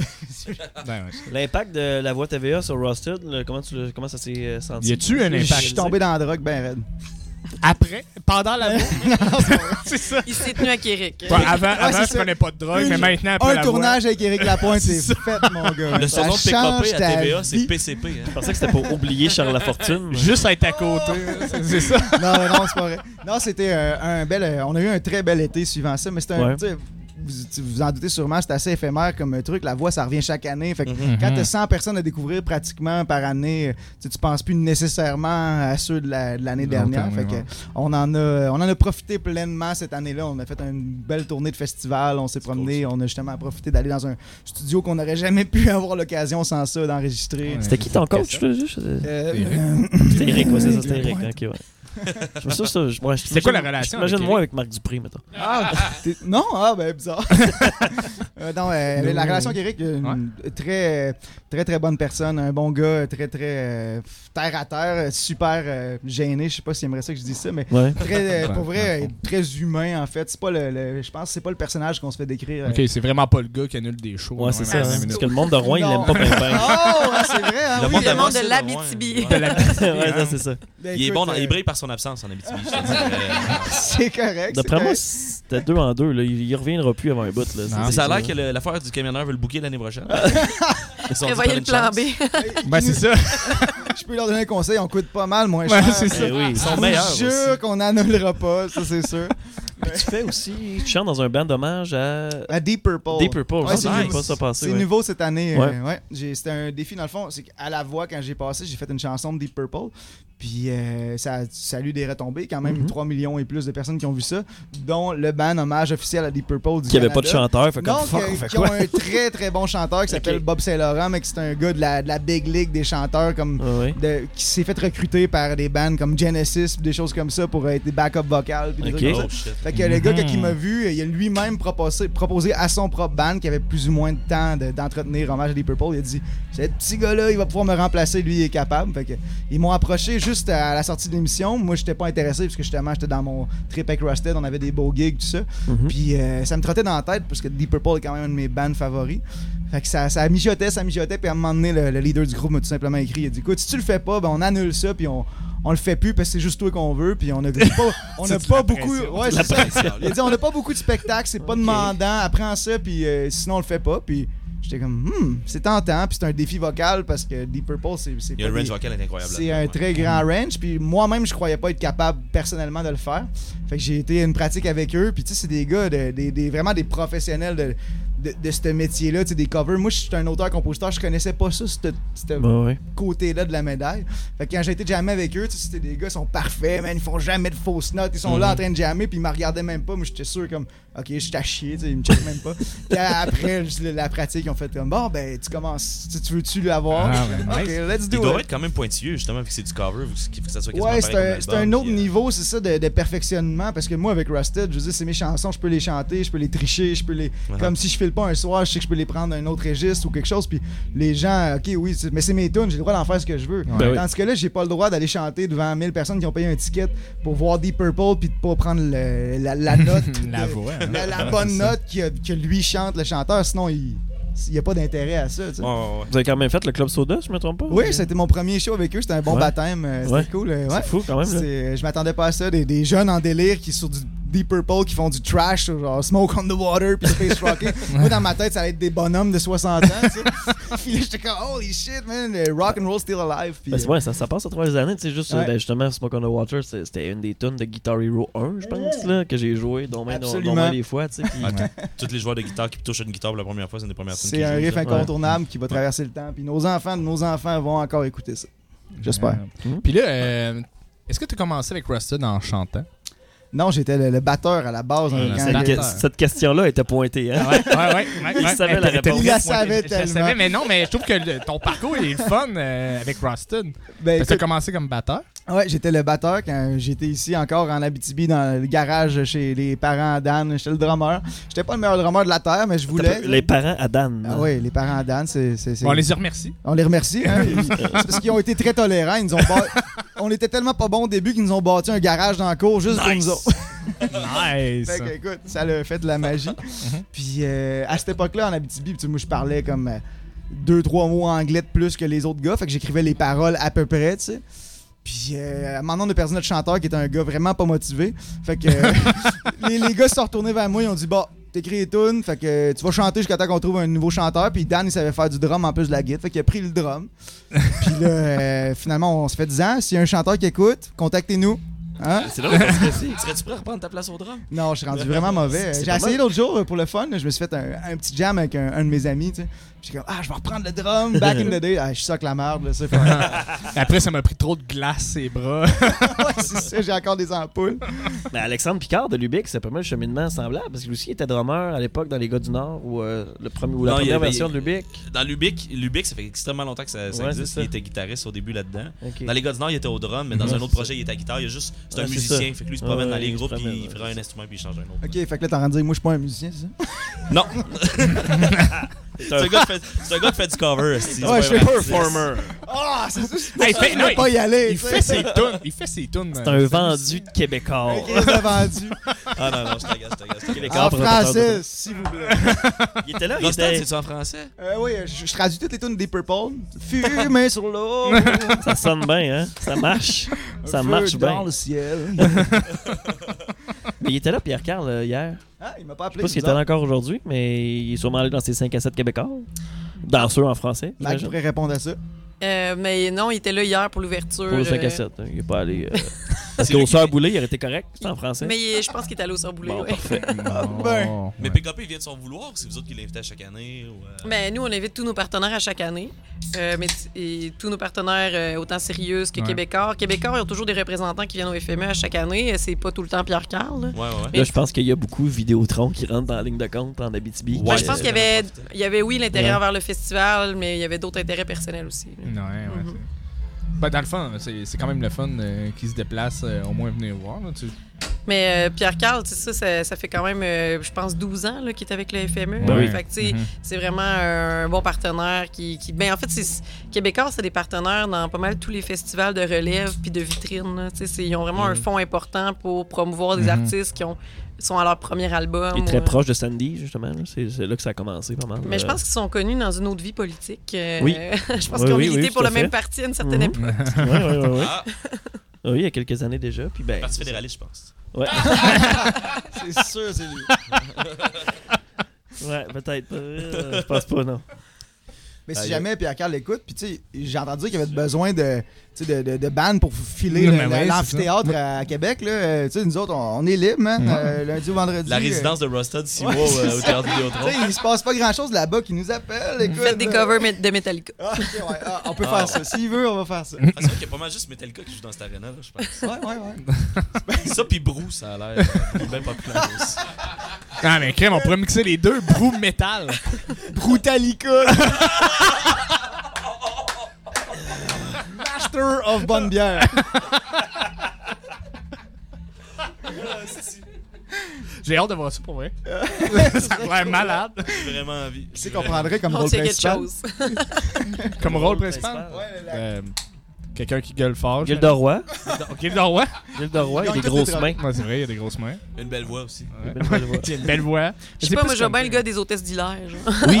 S3: Ben ouais.
S1: L'impact de la voix TVA sur Rusted, le- comment, tu le- comment ça s'est euh, senti?
S3: Y a-tu un
S6: Je
S3: impact?
S6: suis tombé dans la drogue ben raide.
S3: Après? Pendant la C'est ça.
S5: Il s'est tenu à Québec.
S3: Ouais, avant, avant
S6: c'est
S3: je
S6: ça.
S3: prenais pas de drogue, mais
S6: Une-
S3: maintenant, après
S6: Un
S3: la
S6: tournage avec Eric Lapointe,
S3: C'est
S6: c'est fait, mon gars.
S2: Le
S6: Ça
S2: surnom de
S6: change
S2: PKP à
S6: ta
S2: TVA, c'est
S6: vie.
S2: PCP. hein.
S1: Je pensais que c'était pour oublier Charles Lafortune.
S3: voix, juste être à côté, c'est- c'est ça.
S6: non, mais non, c'est pas vrai. Non, c'était euh, un bel. euh, on a eu un très bel été suivant ça, mais c'était un.
S1: Ouais.
S6: tu sais, Vous, tu- vous en doutez sûrement, c'est assez éphémère comme euh, truc. La voix, ça revient chaque année. Fait que
S1: Mm-hmm.
S6: quand
S3: Mm-hmm.
S6: t'as 100 personnes à découvrir pratiquement par année, euh, tu sais, tu penses plus nécessairement à ceux de la- de l'année
S3: Longtemps,
S6: dernière.
S3: oui,
S6: Fait que
S3: ouais.
S6: on en a, on en a profité pleinement cette année-là. On a fait une belle tournée de festival. On s'est promené. On a justement profité d'aller dans un studio qu'on n'aurait jamais pu avoir l'occasion sans ça d'enregistrer.
S3: Ouais.
S1: C'était qui ton coach? là, juste, euh,
S6: Euh,
S3: Eric.
S1: C'était Eric, ouais, c'est ça, c'était Eric. hein, ok, ouais. Je me souviens, ça, je- ouais, je-
S3: C'est quoi la
S1: je-
S3: relation
S1: J'imagine
S3: avec
S1: moi avec Marc Dupré, mettons.
S6: Ah, t'es- non, ah ben bizarre. Euh, non, euh, la relation avec Eric, une très très très bonne personne, un bon gars, très très euh, terre à terre, super euh, gêné, je sais pas s'il aimerait ça que je dise ça, mais
S1: Ouais.
S6: très euh,
S3: Ouais,
S6: pour vrai
S3: dans le
S6: euh,
S3: fond.
S6: très humain en fait. C'est pas le, le- je pense que c'est pas le personnage qu'on se fait décrire. euh.
S3: Ok, c'est vraiment pas le gars qui annule des shows.
S1: Ouais, c'est ça.
S5: mais
S1: hein.
S5: c'est
S1: Parce
S5: tout.
S1: que le monde de Rouen, il aime
S6: Non.
S1: pas bien
S6: Oh, ah, c'est vrai. hein, oui.
S5: monde
S2: à
S5: le monde de
S2: Marseille,
S5: l'Abitibi.
S2: ouais.
S1: ouais, ça, c'est ça.
S6: Ben,
S2: Il est
S6: écoute,
S2: bon, dans-
S6: euh,
S2: il brille par son absence en Abitibi. je te dis. Euh,
S6: C'est correct. c'est
S1: D'après moi,
S6: correct.
S1: c'était deux en deux. Là. Il il reviendra plus avant un bout. Là.
S3: Non.
S1: C'est-
S2: Ça a l'air que le- l'affaire du camionneur veut le bouquer l'année prochaine. Ils sont dit,
S5: Prévoyez le
S2: prends
S5: plan B.
S2: une
S3: Ben, c'est ça.
S6: je peux leur donner un conseil, on coûte pas mal moins
S3: Ouais,
S6: cher.
S3: c'est ça.
S1: Eh oui.
S2: Ils sont
S6: Je
S2: meilleurs
S6: vous
S2: aussi.
S6: jure qu'on n'annulera pas, ça c'est sûr.
S1: Puis tu fais aussi, tu chantes dans un band d'hommage à
S6: À Deep Purple.
S1: Deep Purple. ça,
S6: Ouais, c'est
S1: j'ai
S6: nice.
S1: pas ça passer.
S6: C'est
S1: ouais.
S6: nouveau cette année. euh,
S1: Ouais.
S6: ouais. J'ai- C'était un défi, dans le fond. C'est qu'à la voix, quand j'ai passé, j'ai fait une chanson de Deep Purple. Puis euh, ça, ça a eu des retombées. Quand même,
S1: Mhm.
S6: 3 millions et plus de personnes qui ont vu ça, dont le band hommage officiel à Deep Purple du
S1: Qu'il n'y avait pas de
S6: Canada.
S1: chanteur. Fait comme
S6: Non,
S1: fuck,
S6: qui-
S1: on fait
S6: qui ont
S1: quoi?
S6: un très très bon chanteur qui s'appelle
S1: Ok.
S6: Bob Saint-Laurent, mais qui c'est un gars de la, de la Big League des chanteurs comme
S1: Ouais, ouais.
S6: de- qui s'est fait recruter par des bands comme Genesis, pis des choses comme ça pour être des backup vocales. pis des
S1: Ok.
S6: trucs comme ça.
S2: Oh shit.
S6: Fait que le gars
S3: Mhm.
S6: qui m'a vu, il a lui-même proposé, proposé à son propre band qui avait plus ou moins de temps de- d'entretenir hommage à Deep Purple. Il a dit Ce petit gars-là, il va pouvoir me remplacer, lui, il est capable. Fait que ils m'ont approché juste à la sortie de l'émission. Moi, j'étais pas intéressé parce que justement, j'étais dans mon trip avec Rusted, on avait des beaux gigs, tout ça.
S1: Mhm.
S6: Puis euh, ça me trottait dans la tête parce que Deep Purple est quand même un de mes bands favoris. Fait que ça, ça mijotait, ça mijotait, puis à un moment donné, le, le leader du groupe m'a tout simplement écrit, il a dit écoute, si tu le fais pas, ben on annule ça, puis on, on le fait plus parce que c'est juste toi qu'on veut, puis on a pas, on a
S3: C'est de
S6: pas
S3: la
S6: beaucoup,
S3: pression.
S6: ouais, c'est ça.
S2: Ah,
S6: Il a dit on n'a pas beaucoup de spectacles, c'est pas demandant, apprends ça, puis euh, sinon on le fait pas, puis j'étais comme hmm, c'est tentant, puis c'est un défi vocal parce que Deep Purple c'est c'est
S2: Il y a
S6: pas
S2: le range
S6: des-
S2: vocal est incroyable.
S6: c'est
S2: là-dedans,
S6: un
S2: ouais.
S6: très grand range. Puis moi-même, je croyais pas être capable personnellement de le faire. Fait que j'ai été à une pratique avec eux. Puis tu sais, c'est des gars, de- des, des- vraiment des professionnels de, de, de ce métier-là, tu sais, des covers. Moi, je suis un auteur-compositeur, je connaissais pas ça, ce ce
S1: Ouais, ouais.
S6: côté-là de la médaille. Fait que quand j'ai été jammer avec eux, tu sais, c'était des gars, ils sont parfaits, man, ils font jamais de fausses notes, ils sont
S2: Mm-hmm.
S6: là en train de jammer, puis ils me regardaient même pas. Moi, j'étais sûr, comme, ok, je suis à chier, tu sais, ils me checkent même pas. Puis après, juste le- la pratique, ils ont fait comme, bon, ben, tu commences, tu- tu veux-tu l'avoir?
S3: Ah, ben,
S6: ok, let's
S2: Il
S6: do
S2: doit
S6: it.
S2: être quand même pointilleux, justement, vu que c'est du cover, vu que- que ça soit quasiment
S6: Ouais,
S2: pareil
S6: c'est
S2: comme
S6: un,
S2: l'album,
S6: c'est un autre
S2: puis, euh,
S6: niveau, c'est ça, de, de perfectionnement. Parce que moi, avec Rusted, je veux dire, c'est mes chansons, je peux les chanter, je peux les tricher, je peux les.
S2: Ouais.
S6: Comme si je file pas un soir, je sais que je peux les prendre un autre registre ou quelque chose. Puis les gens, ok, oui, c'est- mais c'est mes tunes, j'ai le droit d'en faire ce que je veux.
S1: Ben oui.
S6: Tandis que là, j'ai pas le droit d'aller chanter devant 1000 personnes qui ont payé un ticket pour voir Deep Purple puis de pas prendre le- la, la note.
S3: La
S6: de-
S3: voix, hein.
S6: La, la bonne note que, que lui chante, le chanteur. Sinon, il n'y a pas d'intérêt à ça. tu sais.
S2: ouais, ouais, ouais.
S1: Vous avez quand même fait le Club Soda, si je me trompe pas?
S6: Oui, c'était mon premier show avec eux, c'était un bon
S1: Ouais.
S6: baptême, euh, c'était
S1: Ouais.
S6: cool. euh, ouais.
S1: C'est fou quand même. Là.
S6: C'est- Je m'attendais pas à ça. Des, des jeunes en délire qui sur du Deep Purple qui font du trash, sur genre Smoke on the Water puis Space Rocket. Moi, dans ma tête, ça allait être des bonhommes de 60 ans. tu sais. puis là, j'étais comme Holy shit, man, le rock and roll still alive. Puis, euh,
S1: Ben, c'est- ouais, ça, ça passe à trois années. C'est juste, euh,
S6: Ouais.
S1: ben, justement, Smoke on the Water, c'est- c'était une des tunes de Guitar Hero 1, je pense, là, que j'ai joué, dont même
S6: Absolument.
S1: des fois. tu sais, puis-
S3: Ouais.
S2: Tous les joueurs de guitare qui touchent une guitare pour la première fois, c'est une des premières tunes
S6: c'est
S2: qu'ils
S6: un
S2: jouent,
S6: riff
S2: ça.
S6: incontournable qui va traverser le temps. Puis nos enfants, de nos enfants vont encore écouter ça. J'espère.
S3: Merde. Puis là, euh, est-ce que tu as commencé avec Rusted en chantant?
S6: Non, j'étais le, le batteur à la base. hein,
S3: Ouais,
S6: quand
S3: c'est
S1: Cette,
S6: le-
S1: que- cette question-là était pointée. Hein?
S3: ouais, ouais, ouais,
S1: Il savait la
S3: T'as- t'as-
S1: réponse.
S6: Il la savait
S3: Je
S6: tellement.
S3: savais, mais non, mais je trouve que le- ton parcours il est le fun euh, avec Rusted.
S6: Ben,
S3: Parce que T'as
S6: écoute,
S3: commencé comme batteur.
S6: Ouais, j'étais le batteur quand j'étais ici encore en Abitibi dans le garage chez les parents d'Anne. J'étais le drummer. J'étais pas le meilleur drummer de la terre, mais je voulais.
S1: Les parents à Dan.
S6: Ah oui, les parents d'Anne, c'est. c'est- c'est-
S3: On les y remercie.
S6: On les remercie. Hein? Ils- c'est parce qu'ils ont été très tolérants. Ils nous ont bâ- On était tellement pas bons au début qu'ils nous ont bâti un garage dans la cour juste pour nous autres.
S3: Nice.
S6: Fait que, écoute, ça l'a fait de la magie. Puis euh, à cette époque-là, en Abitibi, tu sais, moi, je parlais comme euh, deux, trois mots en anglais de plus que les autres gars. Fait que j'écrivais les paroles à peu près, tu sais. Puis euh, à un moment donné, on a perdu notre chanteur qui était un gars vraiment pas motivé. Fait que euh, les, les gars se sont retournés vers moi, ils ont dit Bah, t'écris les tunes, fait que tu vas chanter jusqu'à temps qu'on trouve un nouveau chanteur. Puis Dan, il savait faire du drum en plus de la guitare. Fait qu'il a pris le drum. Puis là, euh, finalement, on se fait 10 ans. S'il y a un chanteur qui écoute, contactez-nous. Hein?
S2: C'est drôle parce que c'est- Serais-tu prêt à reprendre ta place au drame?
S6: Non, je suis rendu vraiment mauvais.
S1: C'est
S6: J'ai
S1: pas
S6: essayé l'autre jour euh, pour le fun. là, Je me suis fait un, un petit jam avec un, un de mes amis. Tu sais. Puis J'étais comme, ah, je vais reprendre le drum, back in the day. Ah, je suis ça que la merde. Là, c'est pas-
S3: Après, ça m'a pris trop de glace et bras.
S6: Ouais, c'est ça, j'ai encore des ampoules.
S1: Mais Alexandre Picard de Lubic, c'est pas mal le cheminement semblable. Parce que lui aussi était drummer à l'époque dans Les Gars du Nord ou, euh, le premier, ou la
S2: Non, il y
S1: première
S2: avait-
S1: version de Lubic.
S2: Dans Lubic, Lubic, ça fait extrêmement longtemps que ça, ça
S1: Ouais, c'est
S2: existe.
S1: ça.
S2: Il était guitariste au début là-dedans.
S1: Ok.
S2: Dans les gars du Nord, il était au drum, mais dans
S1: Mhm.
S2: un autre projet, il était à guitare. Il est juste, c'est
S1: Ouais,
S2: un
S1: c'est
S2: musicien.
S1: ça.
S2: Fait que lui, il se
S1: Ouais,
S2: promène dans
S1: ouais,
S2: les
S1: il se
S2: groupes, puis
S1: promène,
S2: il
S1: ouais,
S2: fera
S1: c'est
S2: un
S1: ça.
S2: instrument, puis il change un autre.
S6: Ok, fait que là, t'es en train de dire, moi, je suis pas un musicien, c'est ça?
S2: Non, c'est un, gars qui fait- c'est un gars qui fait du cover. c'est-
S6: Ouais, je
S2: c'est
S6: fais
S2: vrai.
S1: performer.
S6: Ah, c'est ça,
S3: Hey, fait- non,
S6: je peux pas y aller.
S3: il, il
S6: tu sais.
S3: fait ses tunes. Il fait ses tunes. euh,
S1: C'est un vendu de Québécois.
S6: Ok, c'est vendu.
S2: Ah non, non, je t'agace, je t'agace, je t'agace.
S1: Québécois
S6: En
S1: promoteur de-
S6: français, s'il vous plaît.
S1: Il était là, il
S2: Rostan,
S1: était...
S2: c'est-tu en français?
S6: Euh, oui, je, je traduis toutes les tunes des Purple. Fumée sur l'eau.
S1: Ça sonne bien, hein? Ça marche. Ça
S6: un feu
S1: marche
S6: dans
S1: bien.
S6: le ciel.
S1: Mais il était là, Pierre-Carl, euh, hier.
S6: ah, il m'a pas
S1: Je sais
S6: appelé.
S1: pas s'il
S6: c'est
S1: était là encore aujourd'hui, mais il est sûrement allé dans ses 5 à 7 québécois. Dans ceux en français.
S6: bizarre. Mac
S1: j'imagine.
S6: pourrait répondre à ça.
S5: Euh, mais non, il était là hier pour l'ouverture.
S1: Pour le 5
S5: euh,
S1: à 7. hein, Il est pas allé. euh, Parce
S2: C'est lui
S1: qu'au
S2: qui-
S1: Sœur Boulay, il aurait été correct, c'est en français.
S5: Mais il- je pense qu'il est allé au Sorboulé.
S1: Bon,
S5: ouais.
S1: parfait. Oh.
S6: ben.
S2: Mais PKP, il vient de son vouloir, ou c'est vous autres qui l'invitez à chaque année. ou, euh,
S5: Ben, nous, on invite tous nos partenaires à chaque année. Euh, mais t- et tous nos partenaires, euh, autant sérieux que
S3: Ouais.
S5: Québécois. Québécois, ils ont toujours des représentants qui viennent au FME à chaque année. Euh, C'est pas tout le temps Pierre Carl. là.
S2: Ouais, ouais, ouais.
S1: Là, je pense qu'il y a beaucoup de Vidéotron qui rentrent dans la ligne de compte en Abitibi. euh,
S5: Moi,
S2: Ouais,
S5: je pense
S2: c'est
S5: qu'il y avait,
S2: vraiment profité.
S5: il y avait, oui, l'intérêt
S1: Ouais.
S5: envers le festival, mais il y avait d'autres intérêts personnels aussi. là.
S3: Ouais, ouais,
S6: Mhm.
S3: c'est- Ben, dans le fond, c'est c'est quand même le fun euh, qui se déplace euh, au moins venir voir. là, tu-
S5: Mais euh, Pierre Carl, tu sais, ça, ça, ça fait quand même, euh, je pense, 12 ans là, qu'il est avec le FME.
S1: Ben oui.
S5: Fait que, tu sais,
S3: Mhm.
S5: c'est vraiment un bon partenaire qui. qui- ben, en fait, c'est- Québécois, c'est des partenaires dans pas mal tous les festivals de relève puis de vitrine. là. Tu sais, c'est- Ils ont vraiment un fonds important pour promouvoir des
S3: Mhm.
S5: artistes qui ont, sont à leur premier album.
S1: Il est très
S5: ou, euh,
S1: proche de Sandy, justement. là. C'est c'est là que ça a commencé, pas mal.
S5: Mais je
S1: Euh,
S5: pense qu'ils sont connus dans une autre vie politique. euh,
S1: Oui.
S5: je pense
S1: Oui,
S5: qu'ils ont
S1: oui,
S5: milité
S1: oui,
S5: pour
S1: tout
S5: le
S1: à
S5: même
S1: fait.
S5: parti à une certaine
S1: Mhm.
S5: époque.
S1: Ouais, ouais, ouais, ouais.
S2: Ah,
S1: Oui, il y a quelques années déjà. Puis ben,
S2: parti fédéraliste, je pense.
S1: Ouais,
S6: C'est sûr, c'est lui.
S1: ouais peut-être. Euh, je pense pas, non.
S6: Mais
S2: Ah,
S6: si
S2: il-
S6: jamais Pierre-Carl l'écoute, puis tu sais, j'ai entendu dire qu'il y avait besoin de, tu sais, de, de, de bandes pour filer
S3: Oui,
S6: le-
S3: mais ouais, c'est
S6: l'amphithéâtre à, à Québec. Là. Euh, Tu sais, nous autres, on, on est libres, hein, euh, lundi ou vendredi.
S2: La
S6: euh,
S2: résidence de Rusted, 6
S6: Ouais,
S2: mois au-
S6: c'est
S2: au
S6: ça.
S2: théâtre
S6: tu
S2: Vidéotron.
S6: sais, il se passe pas grand-chose là-bas qui nous appelle. Écoute,
S5: Faites des
S6: là.
S5: covers met- de Metallica.
S6: Ah, ok, ouais, ah, on peut
S2: Ah,
S6: faire ça. S'il veut, on va faire ça.
S2: Ah, c'est vrai qu'il y a pas mal juste Metallica qui joue dans cette arena, là, je pense.
S6: Ouais, ouais, ouais.
S2: Ça, puis Brou, ça a l'air euh, bien populaire aussi.
S3: Ah, mais crème, on pourrait mixer les deux. Brou métal.
S6: Brutalica. Master of bonne bière.
S3: J'ai hâte de voir ça pour vrai. ça a l'air malade.
S2: J'ai vraiment envie.
S6: Qui c'est qu'on prendrait comme
S5: On
S6: rôle
S5: tient quelque
S6: principal?
S5: chose.
S3: Comme rôle principal.
S6: Ouais, la-
S3: Euh, Quelqu'un qui gueule fort.
S1: Gilles de Roy.
S3: Gilles de Roy.
S1: Gilles de Roy, il a
S6: Ils
S1: des
S6: ont tous
S1: grosses
S6: des
S1: mains.
S3: Ouais, c'est vrai, il y a des grosses mains.
S2: Une belle voix aussi.
S3: Ouais.
S1: Belle voix, ouais.
S3: Il a une belle voix.
S5: Je
S3: C'est
S5: sais pas, moi,
S3: plus
S5: je vois
S3: comme-
S5: bien le gars des hôtesses d'hilaire. genre.
S1: Oui, oui,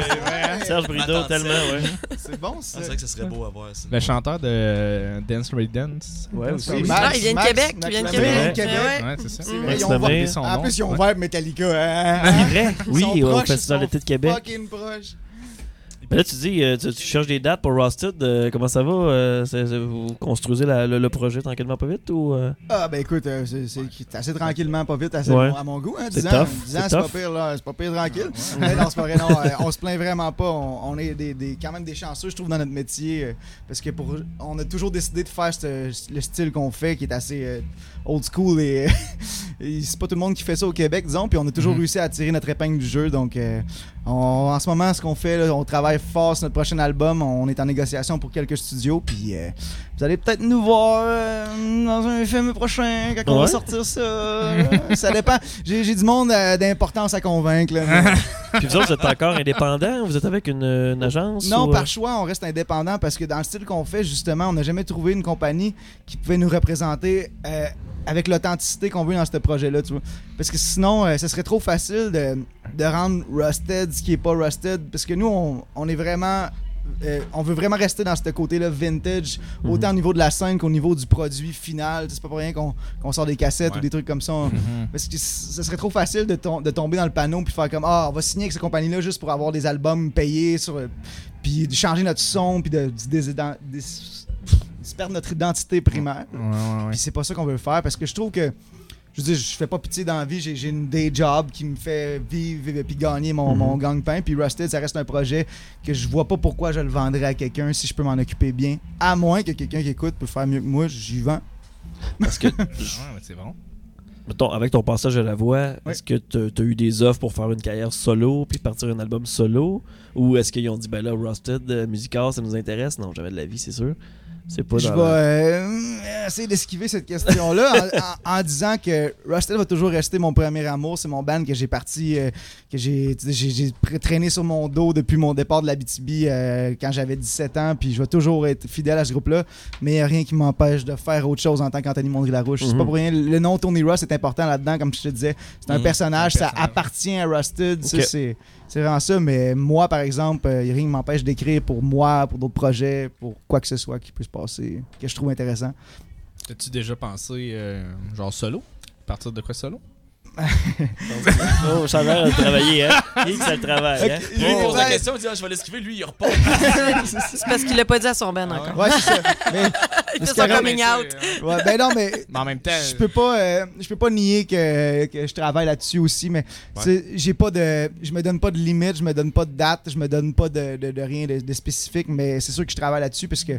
S1: Serge
S2: Ouais, c'est vrai.
S1: Brideau. Serge Brideau,
S2: Attends,
S1: tellement, ouais.
S6: C'est bon,
S2: Ah,
S6: ça.
S2: c'est vrai que ça serait beau à voir, ça.
S3: Le chanteur de Dance Ready Dance.
S1: Ouais,
S3: Dance
S1: aussi.
S3: Ready
S1: Max,
S5: Ah, il vient de
S6: Max,
S5: Québec. Il
S6: Max
S5: vient de
S1: Lambert.
S5: Québec.
S6: Québec.
S5: Mais ouais.
S3: Ouais, c'est ça.
S5: C'est
S6: Ouais,
S5: vrai.
S6: ils
S1: Max
S6: ont
S1: Lemay.
S6: ouvert-
S3: Son
S6: en
S3: nom,
S6: plus, ils ont
S3: ouais.
S6: ouvert Metallica. hein,
S1: C'est
S6: hein.
S1: vrai.
S6: Ils
S1: Oui,
S6: sont
S1: au
S6: proches, ils
S1: Festival
S6: sont
S1: d'été de Québec.
S6: Fucking proche.
S1: Ben là, tu dis, euh, tu, tu cherches des dates pour Rusted. euh, comment ça va? Euh, c'est- c'est- vous construisez la- le, le projet tranquillement pas vite ou... euh?
S6: Ah, ben écoute, euh, c'est c'est assez tranquillement, pas vite, assez
S1: Ouais.
S6: à mon goût. Hein,
S1: C'est
S6: 10 ans,
S1: tough,
S6: 10 ans,
S1: c'est
S6: c'est pas
S1: tough.
S6: pire, là. C'est pas pire tranquille. Mais non, c'est pas vrai, non. euh, on se plaint vraiment pas. On, on est des, des- quand même des chanceux, je trouve, dans notre métier. euh, parce que pour, on a toujours décidé de faire ce- le style qu'on fait, qui est assez euh, old school. Et, et c'est pas tout le monde qui fait ça au Québec, disons. Puis on a toujours
S3: Mhm.
S6: réussi à tirer notre épingle du jeu. Donc, euh, on- en ce moment, ce qu'on fait, là, on travaille fort sur notre prochain album. On est en négociation pour quelques studios. Puis. euh, vous allez peut-être nous voir euh, dans un film prochain quand on va
S1: Ouais.
S6: sortir ça. ça dépend. J'ai j'ai du monde euh, d'importance à convaincre. là, mais-
S1: Puis vous autres, vous êtes encore indépendant? Vous êtes avec une, une agence?
S6: non,
S1: ou, euh,
S6: par choix, on reste indépendant parce que dans le style qu'on fait, justement, on n'a jamais trouvé une compagnie qui pouvait nous représenter euh, avec l'authenticité qu'on veut dans ce projet-là, tu vois. Parce que sinon, euh, ce serait trop facile de, de rendre Rusted ce qui est pas Rusted. Parce que nous, on, on est vraiment. euh, on veut vraiment rester dans ce côté-là vintage, autant
S1: Mhm.
S6: au niveau de la scène qu'au niveau du produit final. C'est pas pour rien qu'on qu'on sort des cassettes
S2: Ouais.
S6: ou des trucs comme ça. On-
S3: Mhm.
S6: parce que c- ce serait trop facile de, tom- de tomber dans le panneau puis faire comme ah on va signer avec cette compagnie là juste pour avoir des albums payés sur euh, puis de changer notre son puis de, de- des- dans- des- de perdre notre identité primaire.
S3: Ouais, ouais, ouais.
S6: Puis c'est pas ça qu'on veut faire parce que je trouve que je veux dire, je fais pas pitié dans la vie, j'ai j'ai une day job qui me fait vivre et puis gagner mon,
S1: Mhm.
S6: mon gang-pain. Puis Rusted, ça reste un projet que je vois pas pourquoi je le vendrais à quelqu'un si je peux m'en occuper bien. À moins que quelqu'un qui écoute peut faire mieux que moi, j'y vends.
S1: Parce que,
S3: Ouais, mais c'est bon.
S1: euh? mettons, avec ton passage à la voix,
S6: Ouais.
S1: est-ce que tu as eu des offres pour faire une carrière solo puis partir un album solo? Ou est-ce qu'ils ont dit, ben là, Rusted, euh, Musicar, ça nous intéresse? Non, jamais de la vie, c'est sûr. C'est pas
S6: Je
S1: dans
S6: vais
S1: la-
S6: euh, essayer d'esquiver cette question-là en- en, en disant que Rusted va toujours rester mon premier amour. C'est mon band que j'ai parti, euh, que j'ai tu sais, j'ai- j'ai pr- traîné sur mon dos depuis mon départ de la BTB quand j'avais 17 ans. Puis je vais toujours être fidèle à ce groupe-là. Mais il a rien qui m'empêche de faire autre chose en tant qu'Anthony Mondry-Larouche. C'est
S1: Mhm.
S6: pas pour rien. Le nom Tony Ross est important là-dedans, comme je te disais. C'est un
S2: Mhm.
S6: personnage,
S3: Mm-hmm. Un
S6: ça
S3: personnage.
S6: appartient à Rusted. Ça,
S1: Ok.
S6: C'est c'est vraiment ça. Mais moi, par exemple, euh, y a rien qui m'empêche d'écrire pour moi, pour d'autres projets, pour quoi que ce soit qui peut se passer, que je trouve intéressant.
S3: T'as-tu déjà pensé, euh, genre solo Partir de quoi solo
S1: Oh, ça a l'air de travailler, hein? Et que ça le travaille, hein?
S2: Lui, il pose la
S6: Ouais.
S2: question, il dit ah, Je vais l'esquiver. Lui, il repart.
S5: C'est parce qu'il l'a pas dit à son Ben
S3: Ah ouais.
S5: encore.
S6: Ouais, c'est ça.
S5: Il
S6: Mais,
S5: fait
S6: Parce
S5: son
S6: que-
S5: coming out.
S6: ouais, ben non, mais
S3: Mais en même temps,
S6: je peux pas, euh, je peux pas nier que, que je travaille là-dessus aussi, mais c'est- j'ai pas de, je me donne pas de limite, je me donne pas de date, je me donne pas de, de- de rien de, de spécifique, mais c'est sûr que je travaille là-dessus parce que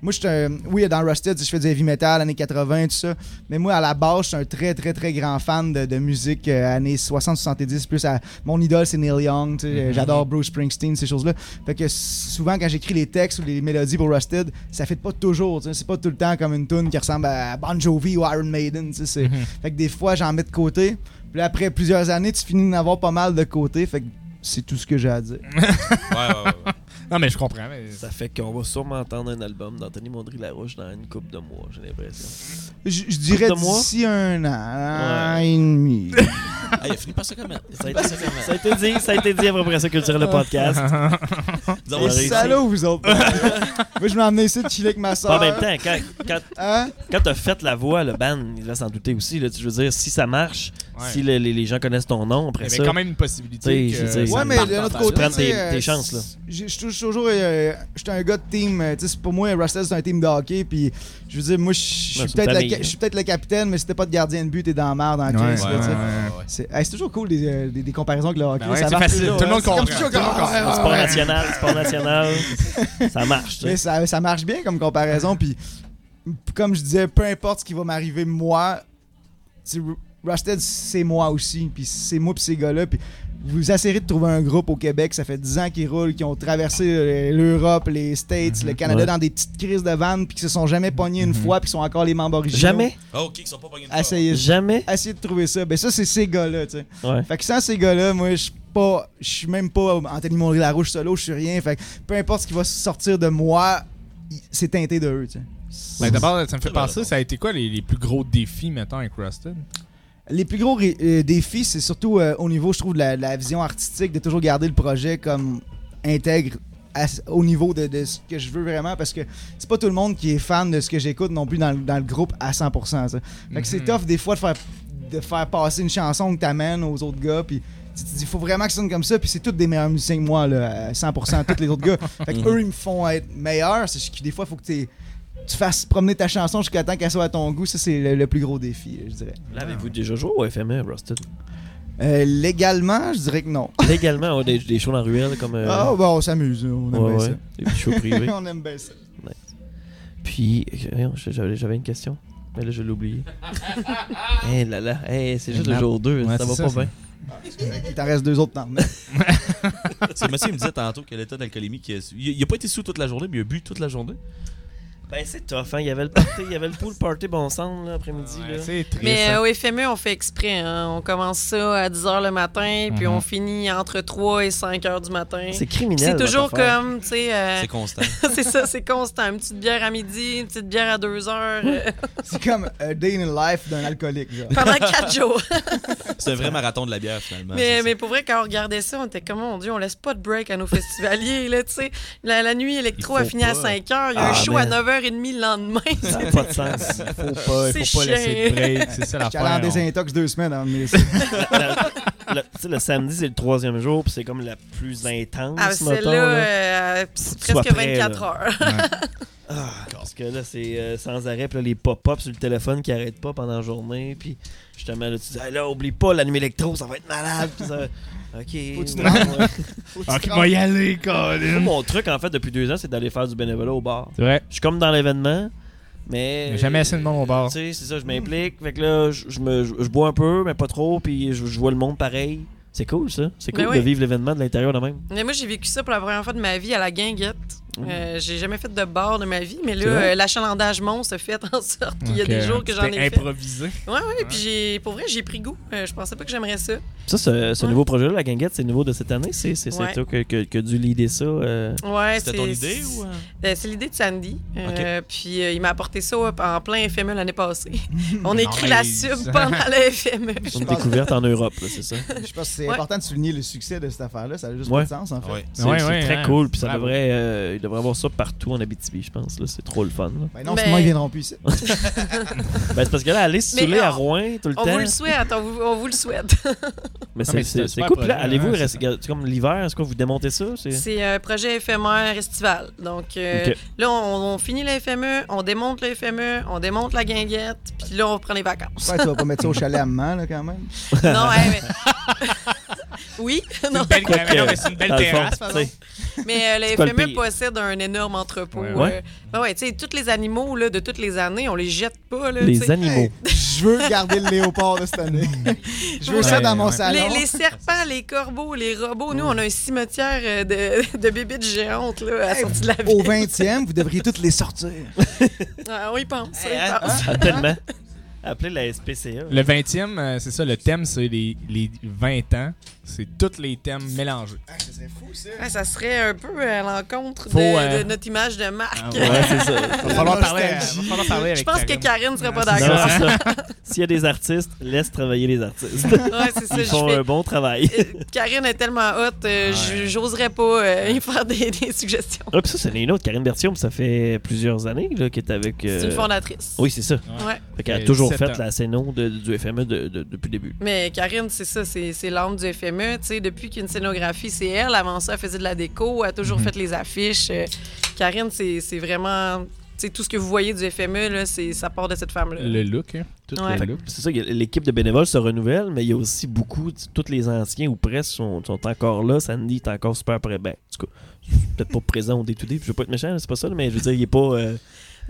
S6: moi, je suis un- oui, dans Rusted, je fais du heavy metal, années 80, tout ça, mais moi, à la base, je suis un très, très, très grand fan de, de musique euh, années 60-70, plus à- mon idole, c'est Neil Young, tu sais, euh, j'adore Bruce Springsteen, ces choses-là, fait que s- souvent, quand j'écris les textes ou les mélodies pour Rusted, ça fait pas toujours, tu sais, c'est pas tout le temps comme une tune qui ressemble à Bon Jovi ou Iron Maiden, tu sais, c'est- fait que des fois, j'en mets de côté. Puis là, après plusieurs années, tu finis d'en avoir pas mal de côté. Fait que c'est tout ce que j'ai à dire.
S2: Ouais, ouais, ouais.
S3: non mais je comprends. Mais...
S1: Ça fait qu'on va sûrement entendre un album d'Anthony Mondry-Larouche dans une coupe de mois, j'ai l'impression.
S6: Je je dirais
S1: Coupe de mois?
S6: d'ici un an, un an
S1: Ouais.
S6: et demi.
S2: Ah, il a fini par se commettre. Il a fini
S1: Ça a
S2: par se commettre.
S1: Ça a été dit, ça a été dit à peu près ça, Culture le podcast.
S2: Nous avons
S1: On
S6: Les
S1: a réussi. ben,
S6: salauds, vous autres. Moi, je m'ai emmené ici de chiller avec ma soeur.
S1: Pas en même temps, quand, quand,
S6: Hein?
S1: quand t'as fait la voix, le band, il va s'en douter aussi. Là, Tu- je veux dire, si ça marche,
S3: Ouais.
S1: si le- les, les gens connaissent ton nom après
S3: Il y
S1: ça.
S3: avait quand même une possibilité.
S1: Tu sais,
S3: que-
S1: je sais,
S6: Ouais,
S1: ça
S6: mais
S1: part
S6: de
S2: en
S6: notre
S2: face.
S6: côté,
S1: Prends
S6: tu sais,
S1: tes-
S6: euh,
S1: tes chances, là.
S6: j'ai- Je suis toujours. euh, J'étais un gars de team. euh, tu sais, c'est- pour moi, Rastel, c'est un team de hockey. Puis, je veux dire, moi, je suis
S1: Ouais, c'est une
S6: peut-être
S1: famille,
S6: le, ca-
S1: hein.
S6: je suis peut-être le capitaine, mais si t'es pas de gardien de but, t'es dans la merde en
S3: Ouais,
S6: 15.
S3: ouais,
S6: là, tu sais.
S3: ouais, ouais.
S6: C'est hey, c'est toujours cool des, euh, des- des comparaisons avec le hockey.
S3: Ben ouais,
S6: ça
S3: c'est
S6: marche
S3: facile.
S6: toujours,
S3: Tout le
S6: hein.
S3: monde
S6: C'est comme
S3: comprend.
S6: toujours,
S3: Tout le monde
S6: ah,
S3: comprend.
S6: ouais,
S1: Sport
S6: ouais.
S1: national, sport national. ça marche, tu sais.
S6: Mais ça, ça marche bien comme comparaison. Puis, comme je disais, peu importe ce qui va m'arriver, moi, tu sais, Rusted, c'est moi aussi. Puis, c'est moi, puis ces gars-là. Puis, vous essayerez de trouver un groupe au Québec, ça fait 10 ans qu'ils roulent, qui ont traversé euh, l'Europe, les States, le Canada
S1: Mhm. Ouais. Mhm.
S6: dans des petites crises de vannes, puis qui se sont jamais pognés une fois, puis qui sont encore les membres originaux.
S1: Jamais,
S2: Ah, ok, ils sont pas pognés de
S6: Essayez,
S1: jamais.
S6: essayez de trouver ça. Ben, ça, c'est ces gars-là, tu sais.
S1: Ouais.
S6: Fait que sans ces gars-là, moi, je suis pas. Je suis même pas Anthony Monry Larouche solo, je suis rien. Fait que peu importe ce qui va sortir de moi, il- c'est teinté de eux, tu sais.
S3: Ben, D'abord, ça me
S2: C'est
S3: fait
S2: vrai,
S3: penser,
S2: bon.
S3: ça a été quoi les, les plus gros défis, mettons, avec Rusted
S6: Les plus gros ré- euh, défis, c'est surtout euh, au niveau, je trouve, de la, de la vision artistique, de toujours garder le projet comme intègre à ce- au niveau de, de ce que je veux vraiment, parce que c'est pas tout le monde qui est fan de ce que j'écoute non plus dans, le- dans le groupe à 100%. ça. Fait que c'est
S3: Mhm.
S6: tough des fois de faire, de faire passer une chanson que t'amènes aux autres gars, puis tu te dis, faut vraiment que ça sonne comme ça, puis c'est tous des meilleurs musiciens que moi, là, à 100%, tous les autres gars. Fait que eux, ils me font être meilleur, c'est juste que des fois, faut que t'aies- tu fasses promener ta chanson jusqu'à temps qu'elle soit à ton goût, ça c'est le- le plus gros défi, je dirais.
S1: L'avez-vous déjà joué au FME, Rusted?
S6: Euh, légalement, je dirais que non.
S1: Légalement, on a des, des shows dans la ruelle comme. euh,
S6: Ah, bah on s'amuse, on aime
S1: ouais,
S6: bien
S1: ouais, Des petits shows privés.
S6: ça. on aime bien ça.
S1: Puis, euh, voyons, j'avais j'avais une question. Mais là, je l'ai oublié. Hé là là, hey, c'est juste le
S3: Merde.
S1: jour 2,
S3: Ouais,
S1: ça
S3: c'est
S1: va
S3: ça,
S1: pas
S3: ça.
S1: bien.
S6: Il t'en reste deux autres temps.
S2: C'est le monsieur il me disait tantôt que l'état d'alcoolémie, qu'il a- il, il a pas été sous toute la journée, mais il a bu toute la journée.
S1: Ben, c'est tough, hein. Il y avait le party, il y avait le pool party bon sang, là, après-midi,
S3: Ouais,
S1: là.
S3: C'est triste.
S5: Mais
S3: hein.
S5: euh, au FME, on fait exprès. hein. On commence ça à 10 h le matin, puis
S3: Mhm.
S5: on finit entre 3 et 5 h du matin.
S1: C'est criminel.
S5: C'est
S1: votre
S5: toujours
S1: affaire.
S5: comme, tu sais, euh,
S2: C'est constant.
S5: c'est ça, c'est constant. Une petite bière à midi, une petite bière à 2 heures euh,
S6: C'est comme a day in the life d'un alcoolique. genre.
S5: pendant 4 jours.
S2: C'est un vrai marathon de la bière, finalement.
S5: Mais,
S2: C'est-
S5: mais pour vrai, quand on regardait ça, on était comme, mon Dieu, on laisse pas de break à nos festivaliers, là, tu sais. La, la nuit électro
S2: Il
S5: a
S2: faut
S5: fini
S2: pas.
S5: à 5 heures, il y a
S1: Ah,
S5: un show
S1: man.
S5: à 9h30 le lendemain.
S1: Ça n'a pas de sens.
S3: faut pas,
S5: c'est
S3: faut pas laisser de
S5: chiant.
S3: break, c'est ça
S6: J'étais allé en
S3: l'affaire. on-
S6: désintox deux semaines avant de venir ici.
S1: Le- le- tu sais, le samedi, c'est le troisième jour, puis c'est comme la plus intense,
S5: Ah,
S1: mettons,
S5: celle-là,
S1: là.
S5: euh, c'est
S1: tu sois
S5: presque
S1: prêt,
S5: 24 heures.
S1: Ah, parce que là, c'est euh, sans arrêt. Puis là, les pop-ups sur le téléphone qui arrêtent pas pendant la journée. Puis justement, là, tu dis, Hey, là, oublie pas la nuit électro, ça va être malade. Puis ça- Ok.
S6: Faut que tu te
S1: ouais,
S6: rendes.
S1: ouais.
S6: Faut que
S3: Ah,
S6: tu te
S3: qu'il va y aller, Colin.
S1: Mon truc, en fait, depuis deux ans, c'est d'aller faire du bénévolat au bar.
S3: C'est vrai.
S1: Je suis comme dans l'événement, mais.
S3: Il y a jamais assez de monde au bar.
S1: Tu sais, c'est ça, je m'implique. Fait que là, je, je me, je, je bois un peu, mais pas trop. Puis je, je vois le monde pareil. C'est cool, ça. C'est cool
S5: Ben
S1: de
S5: oui.
S1: vivre l'événement de l'intérieur de même.
S5: Mais moi, j'ai vécu ça pour la première fois de ma vie à la guinguette. Euh, j'ai jamais fait de bar de ma vie, mais là,
S1: Mmh. C'est vrai?
S5: euh, l'achalandage monstre se fait en sorte qu'il y a des
S3: Ok.
S5: jours que j'en ai
S3: C'était
S5: fait.
S3: improvisé.
S5: Ouais, ouais, puis j'ai, pour vrai, j'ai pris goût. Euh, je pensais pas que j'aimerais ça.
S1: Ça, ce, ce
S5: Ouais.
S1: nouveau projet-là, la ganguette, c'est nouveau de cette année. C'est c'est- c'est
S5: Ouais.
S1: toi que, que, que dû l'idée ça. euh,
S5: Ouais,
S2: C'était
S5: c'est-
S2: ton idée ou. euh?
S5: Euh, c'est l'idée de Sandy. Euh, Puis euh, il m'a apporté ça euh, en plein FME l'année passée. On écrit la
S3: Nice.
S5: sub pendant le E. FME.
S1: C'est une découverte en Europe, là, c'est ça.
S6: rends. Je pense que c'est
S5: Ouais.
S6: important de souligner le succès de cette affaire-là. Ça a juste
S1: Ouais.
S6: pas de sens, en fait.
S2: Ah ouais.
S1: C'est
S3: Ouais,
S1: c'est
S3: ouais,
S1: très
S3: ouais.
S1: cool. Puis ça
S3: Bravo.
S1: devrait, euh, il devrait avoir ça partout en Abitibi, je pense. là. C'est trop le fun. là.
S6: Ben non,
S5: Mais-
S6: sinon ils viendront plus ici.
S1: Ben, c'est parce que là, aller se
S5: Mais
S1: saouler à
S5: on-
S1: Rouen tout le
S5: On vous
S1: temps.
S5: le souhaite, on vous, on vous le souhaite.
S1: Mais
S3: mais
S1: c'est-
S3: c'est un
S1: c'est c'est
S3: super
S1: cool. Puis là,
S3: projet,
S1: allez-vous,
S3: hein, c'est
S1: rester- c'est comme l'hiver, est-ce que vous démontez ça? c'est-
S5: C'est un projet éphémère estival. Donc euh,
S1: Ok.
S5: là, on, on finit le FME, on démonte le FME, on démonte la guinguette, puis là, on prend les vacances.
S6: J'espère que tu vas pas mettre ça au chalet à maman, là, quand même.
S5: non, hey, mais... oui, non.
S3: Belle
S1: Quoi que,
S3: caméra, mais c'est une belle
S1: dans le fond,
S3: terrasse. par
S1: tu sais,
S3: exemple.
S5: Mais euh, les
S1: pas le
S5: FME
S1: pire.
S5: possèdent un énorme entrepôt.
S3: Ouais,
S5: euh,
S1: ouais.
S5: Ouais, ouais, tu sais, tous les animaux là, de toutes les années, on les jette pas. Là, tu
S1: Les
S5: sais.
S1: animaux.
S6: Hey, je veux garder le léopard de cette année. Je veux ça
S3: Ouais,
S6: dans mon
S3: ouais.
S6: salon.
S5: Les, les serpents, les corbeaux, les robots. Nous, on a un cimetière euh, de, de bébites géantes là, à la sortie de la
S6: Au
S5: ville.
S6: 20e, vous devriez toutes les sortir.
S5: Ah, on y pense. on y
S1: Ah,
S5: pense.
S1: tellement. Appelez la SPCA.
S3: Le 20e, euh, c'est ça, le thème, c'est les, les 20 ans. C'est tous les thèmes mélangés.
S6: Ah, ça serait fou, ça.
S5: Ouais, ça serait un peu à l'encontre de,
S3: Faut, euh,
S5: de notre image de marque.
S3: Ah
S1: Ouais, c'est ça.
S3: Va falloir parler, euh,
S6: nostalgie.
S3: va falloir parler avec
S5: Je pense que
S3: Karine.
S5: Karine serait pas
S1: Non,
S5: d'accord.
S1: Ah, c'est ça. S'il y a des artistes, laisse travailler les artistes.
S5: Ouais, c'est ça.
S1: Ils
S5: je
S1: font
S5: fais-
S1: un bon travail.
S5: Euh, Karine est tellement haute, j'oserais pas euh, y faire des, des suggestions.
S1: Ah, puis ça, c'est une autre. Karine Bertium, ça fait plusieurs années là, qu'elle est avec. euh,
S5: C'est une fondatrice.
S1: Oui, c'est ça.
S5: Ouais.
S1: Fait qu'elle a
S3: Euh,
S1: toujours
S3: 17
S1: fait
S3: ans.
S1: la scéno de- du FME de- de- depuis le début.
S5: Mais Karine, c'est ça, c'est c'est l'âme du FME. Tu sais, depuis qu'une scénographie, c'est elle. Avant ça, elle faisait de la déco, elle a
S1: Mhm.
S5: toujours fait les affiches. Euh, Karine, c'est c'est vraiment. Tu sais, tout ce que vous voyez du FME, là, c'est- ça part de cette femme-là.
S3: Le look, hein. Tout
S5: Ouais.
S3: le
S1: Fait que
S3: look.
S1: C'est ça, il y a- l'équipe de bénévoles se renouvelle, mais il y a aussi beaucoup, t- tous les anciens ou presque sont, sont encore là. Sandy est encore super prêt. Ben, en tout cas, je suis peut-être pas présent au day-to-day, puis je veux pas être méchant, c'est pas ça, là, mais je veux dire, il est pas. euh,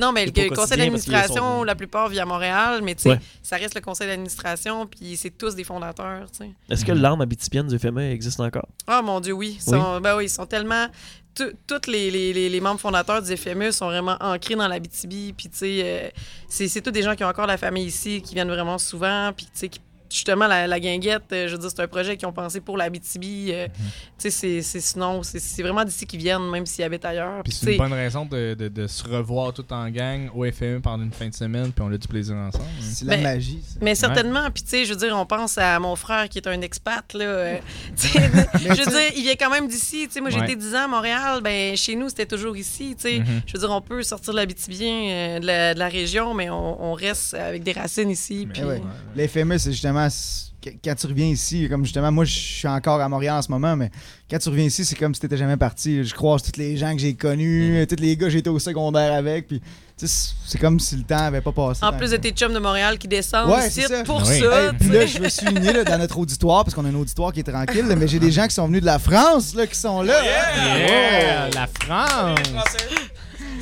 S5: Non, mais le,
S1: C'est pas
S5: le conseil
S1: quotidien parce qu'ils
S5: d'administration,
S1: sont-
S5: la plupart vit à Montréal, mais tu sais,
S1: Ouais.
S5: ça reste le conseil d'administration, puis c'est tous des fondateurs, tu sais.
S1: Est-ce que l'arme habitipienne du FME existe encore
S5: Ah mon Dieu, oui. Ils
S1: Oui.
S5: sont, ben oui, ils sont tellement. tout- Tous les, les- les- les membres fondateurs du FME sont vraiment ancrés dans la BTB. Puis, tu sais, euh, c'est, c'est tous des gens qui ont encore la famille ici, qui viennent vraiment souvent. Puis, tu sais, qui- justement, la, la guinguette, euh, je veux dire, c'est un projet qu'ils ont pensé pour la BTB.
S3: Mhm.
S5: Tu sais, c'est, c'est, sinon, c'est, c'est vraiment d'ici qu'ils viennent, même s'ils habitent ailleurs.
S3: Puis
S5: Puis,
S3: c'est une
S5: tu sais,
S3: bonne raison de, de- de se revoir tout en gang au FM pendant une fin de semaine, puis on a du plaisir ensemble. hein.
S6: C'est la
S5: Ben,
S6: magie, ça.
S5: Mais certainement, puis tu sais, je veux dire, on pense à mon frère qui est un expat, là. euh, tu sais, je veux dire, il vient quand même d'ici. Tu sais, moi, j'ai
S3: Ouais.
S5: été 10 ans à Montréal, ben chez nous, c'était toujours ici, tu sais.
S3: Mhm.
S5: Je veux dire, on peut sortir de l'Abitibien, euh, de, la, de la région, mais on, on reste avec des racines ici.
S3: Mais
S5: puis-
S6: ouais. Les FME, c'est justement c- qu- quand tu reviens ici, comme justement, moi je suis encore à Montréal en ce moment, mais quand tu reviens ici, c'est comme si t'étais jamais parti. Je croise tous les gens que j'ai connus, tous les gars que j'étais au secondaire avec, puis tu sais, c'est- c'est comme si le temps avait pas passé.
S5: En plus de tes chums de Montréal qui descendent
S6: Ouais,
S5: ici
S6: c'est ça. Ah
S5: pour
S3: Oui.
S5: ça.
S6: Hey,
S5: tu
S6: puis
S5: sais.
S6: là, je veux souligner là, dans notre auditoire, parce qu'on a un auditoire qui est tranquille, là, mais j'ai des gens qui sont venus de la France là, qui sont là.
S3: Yeah, la France!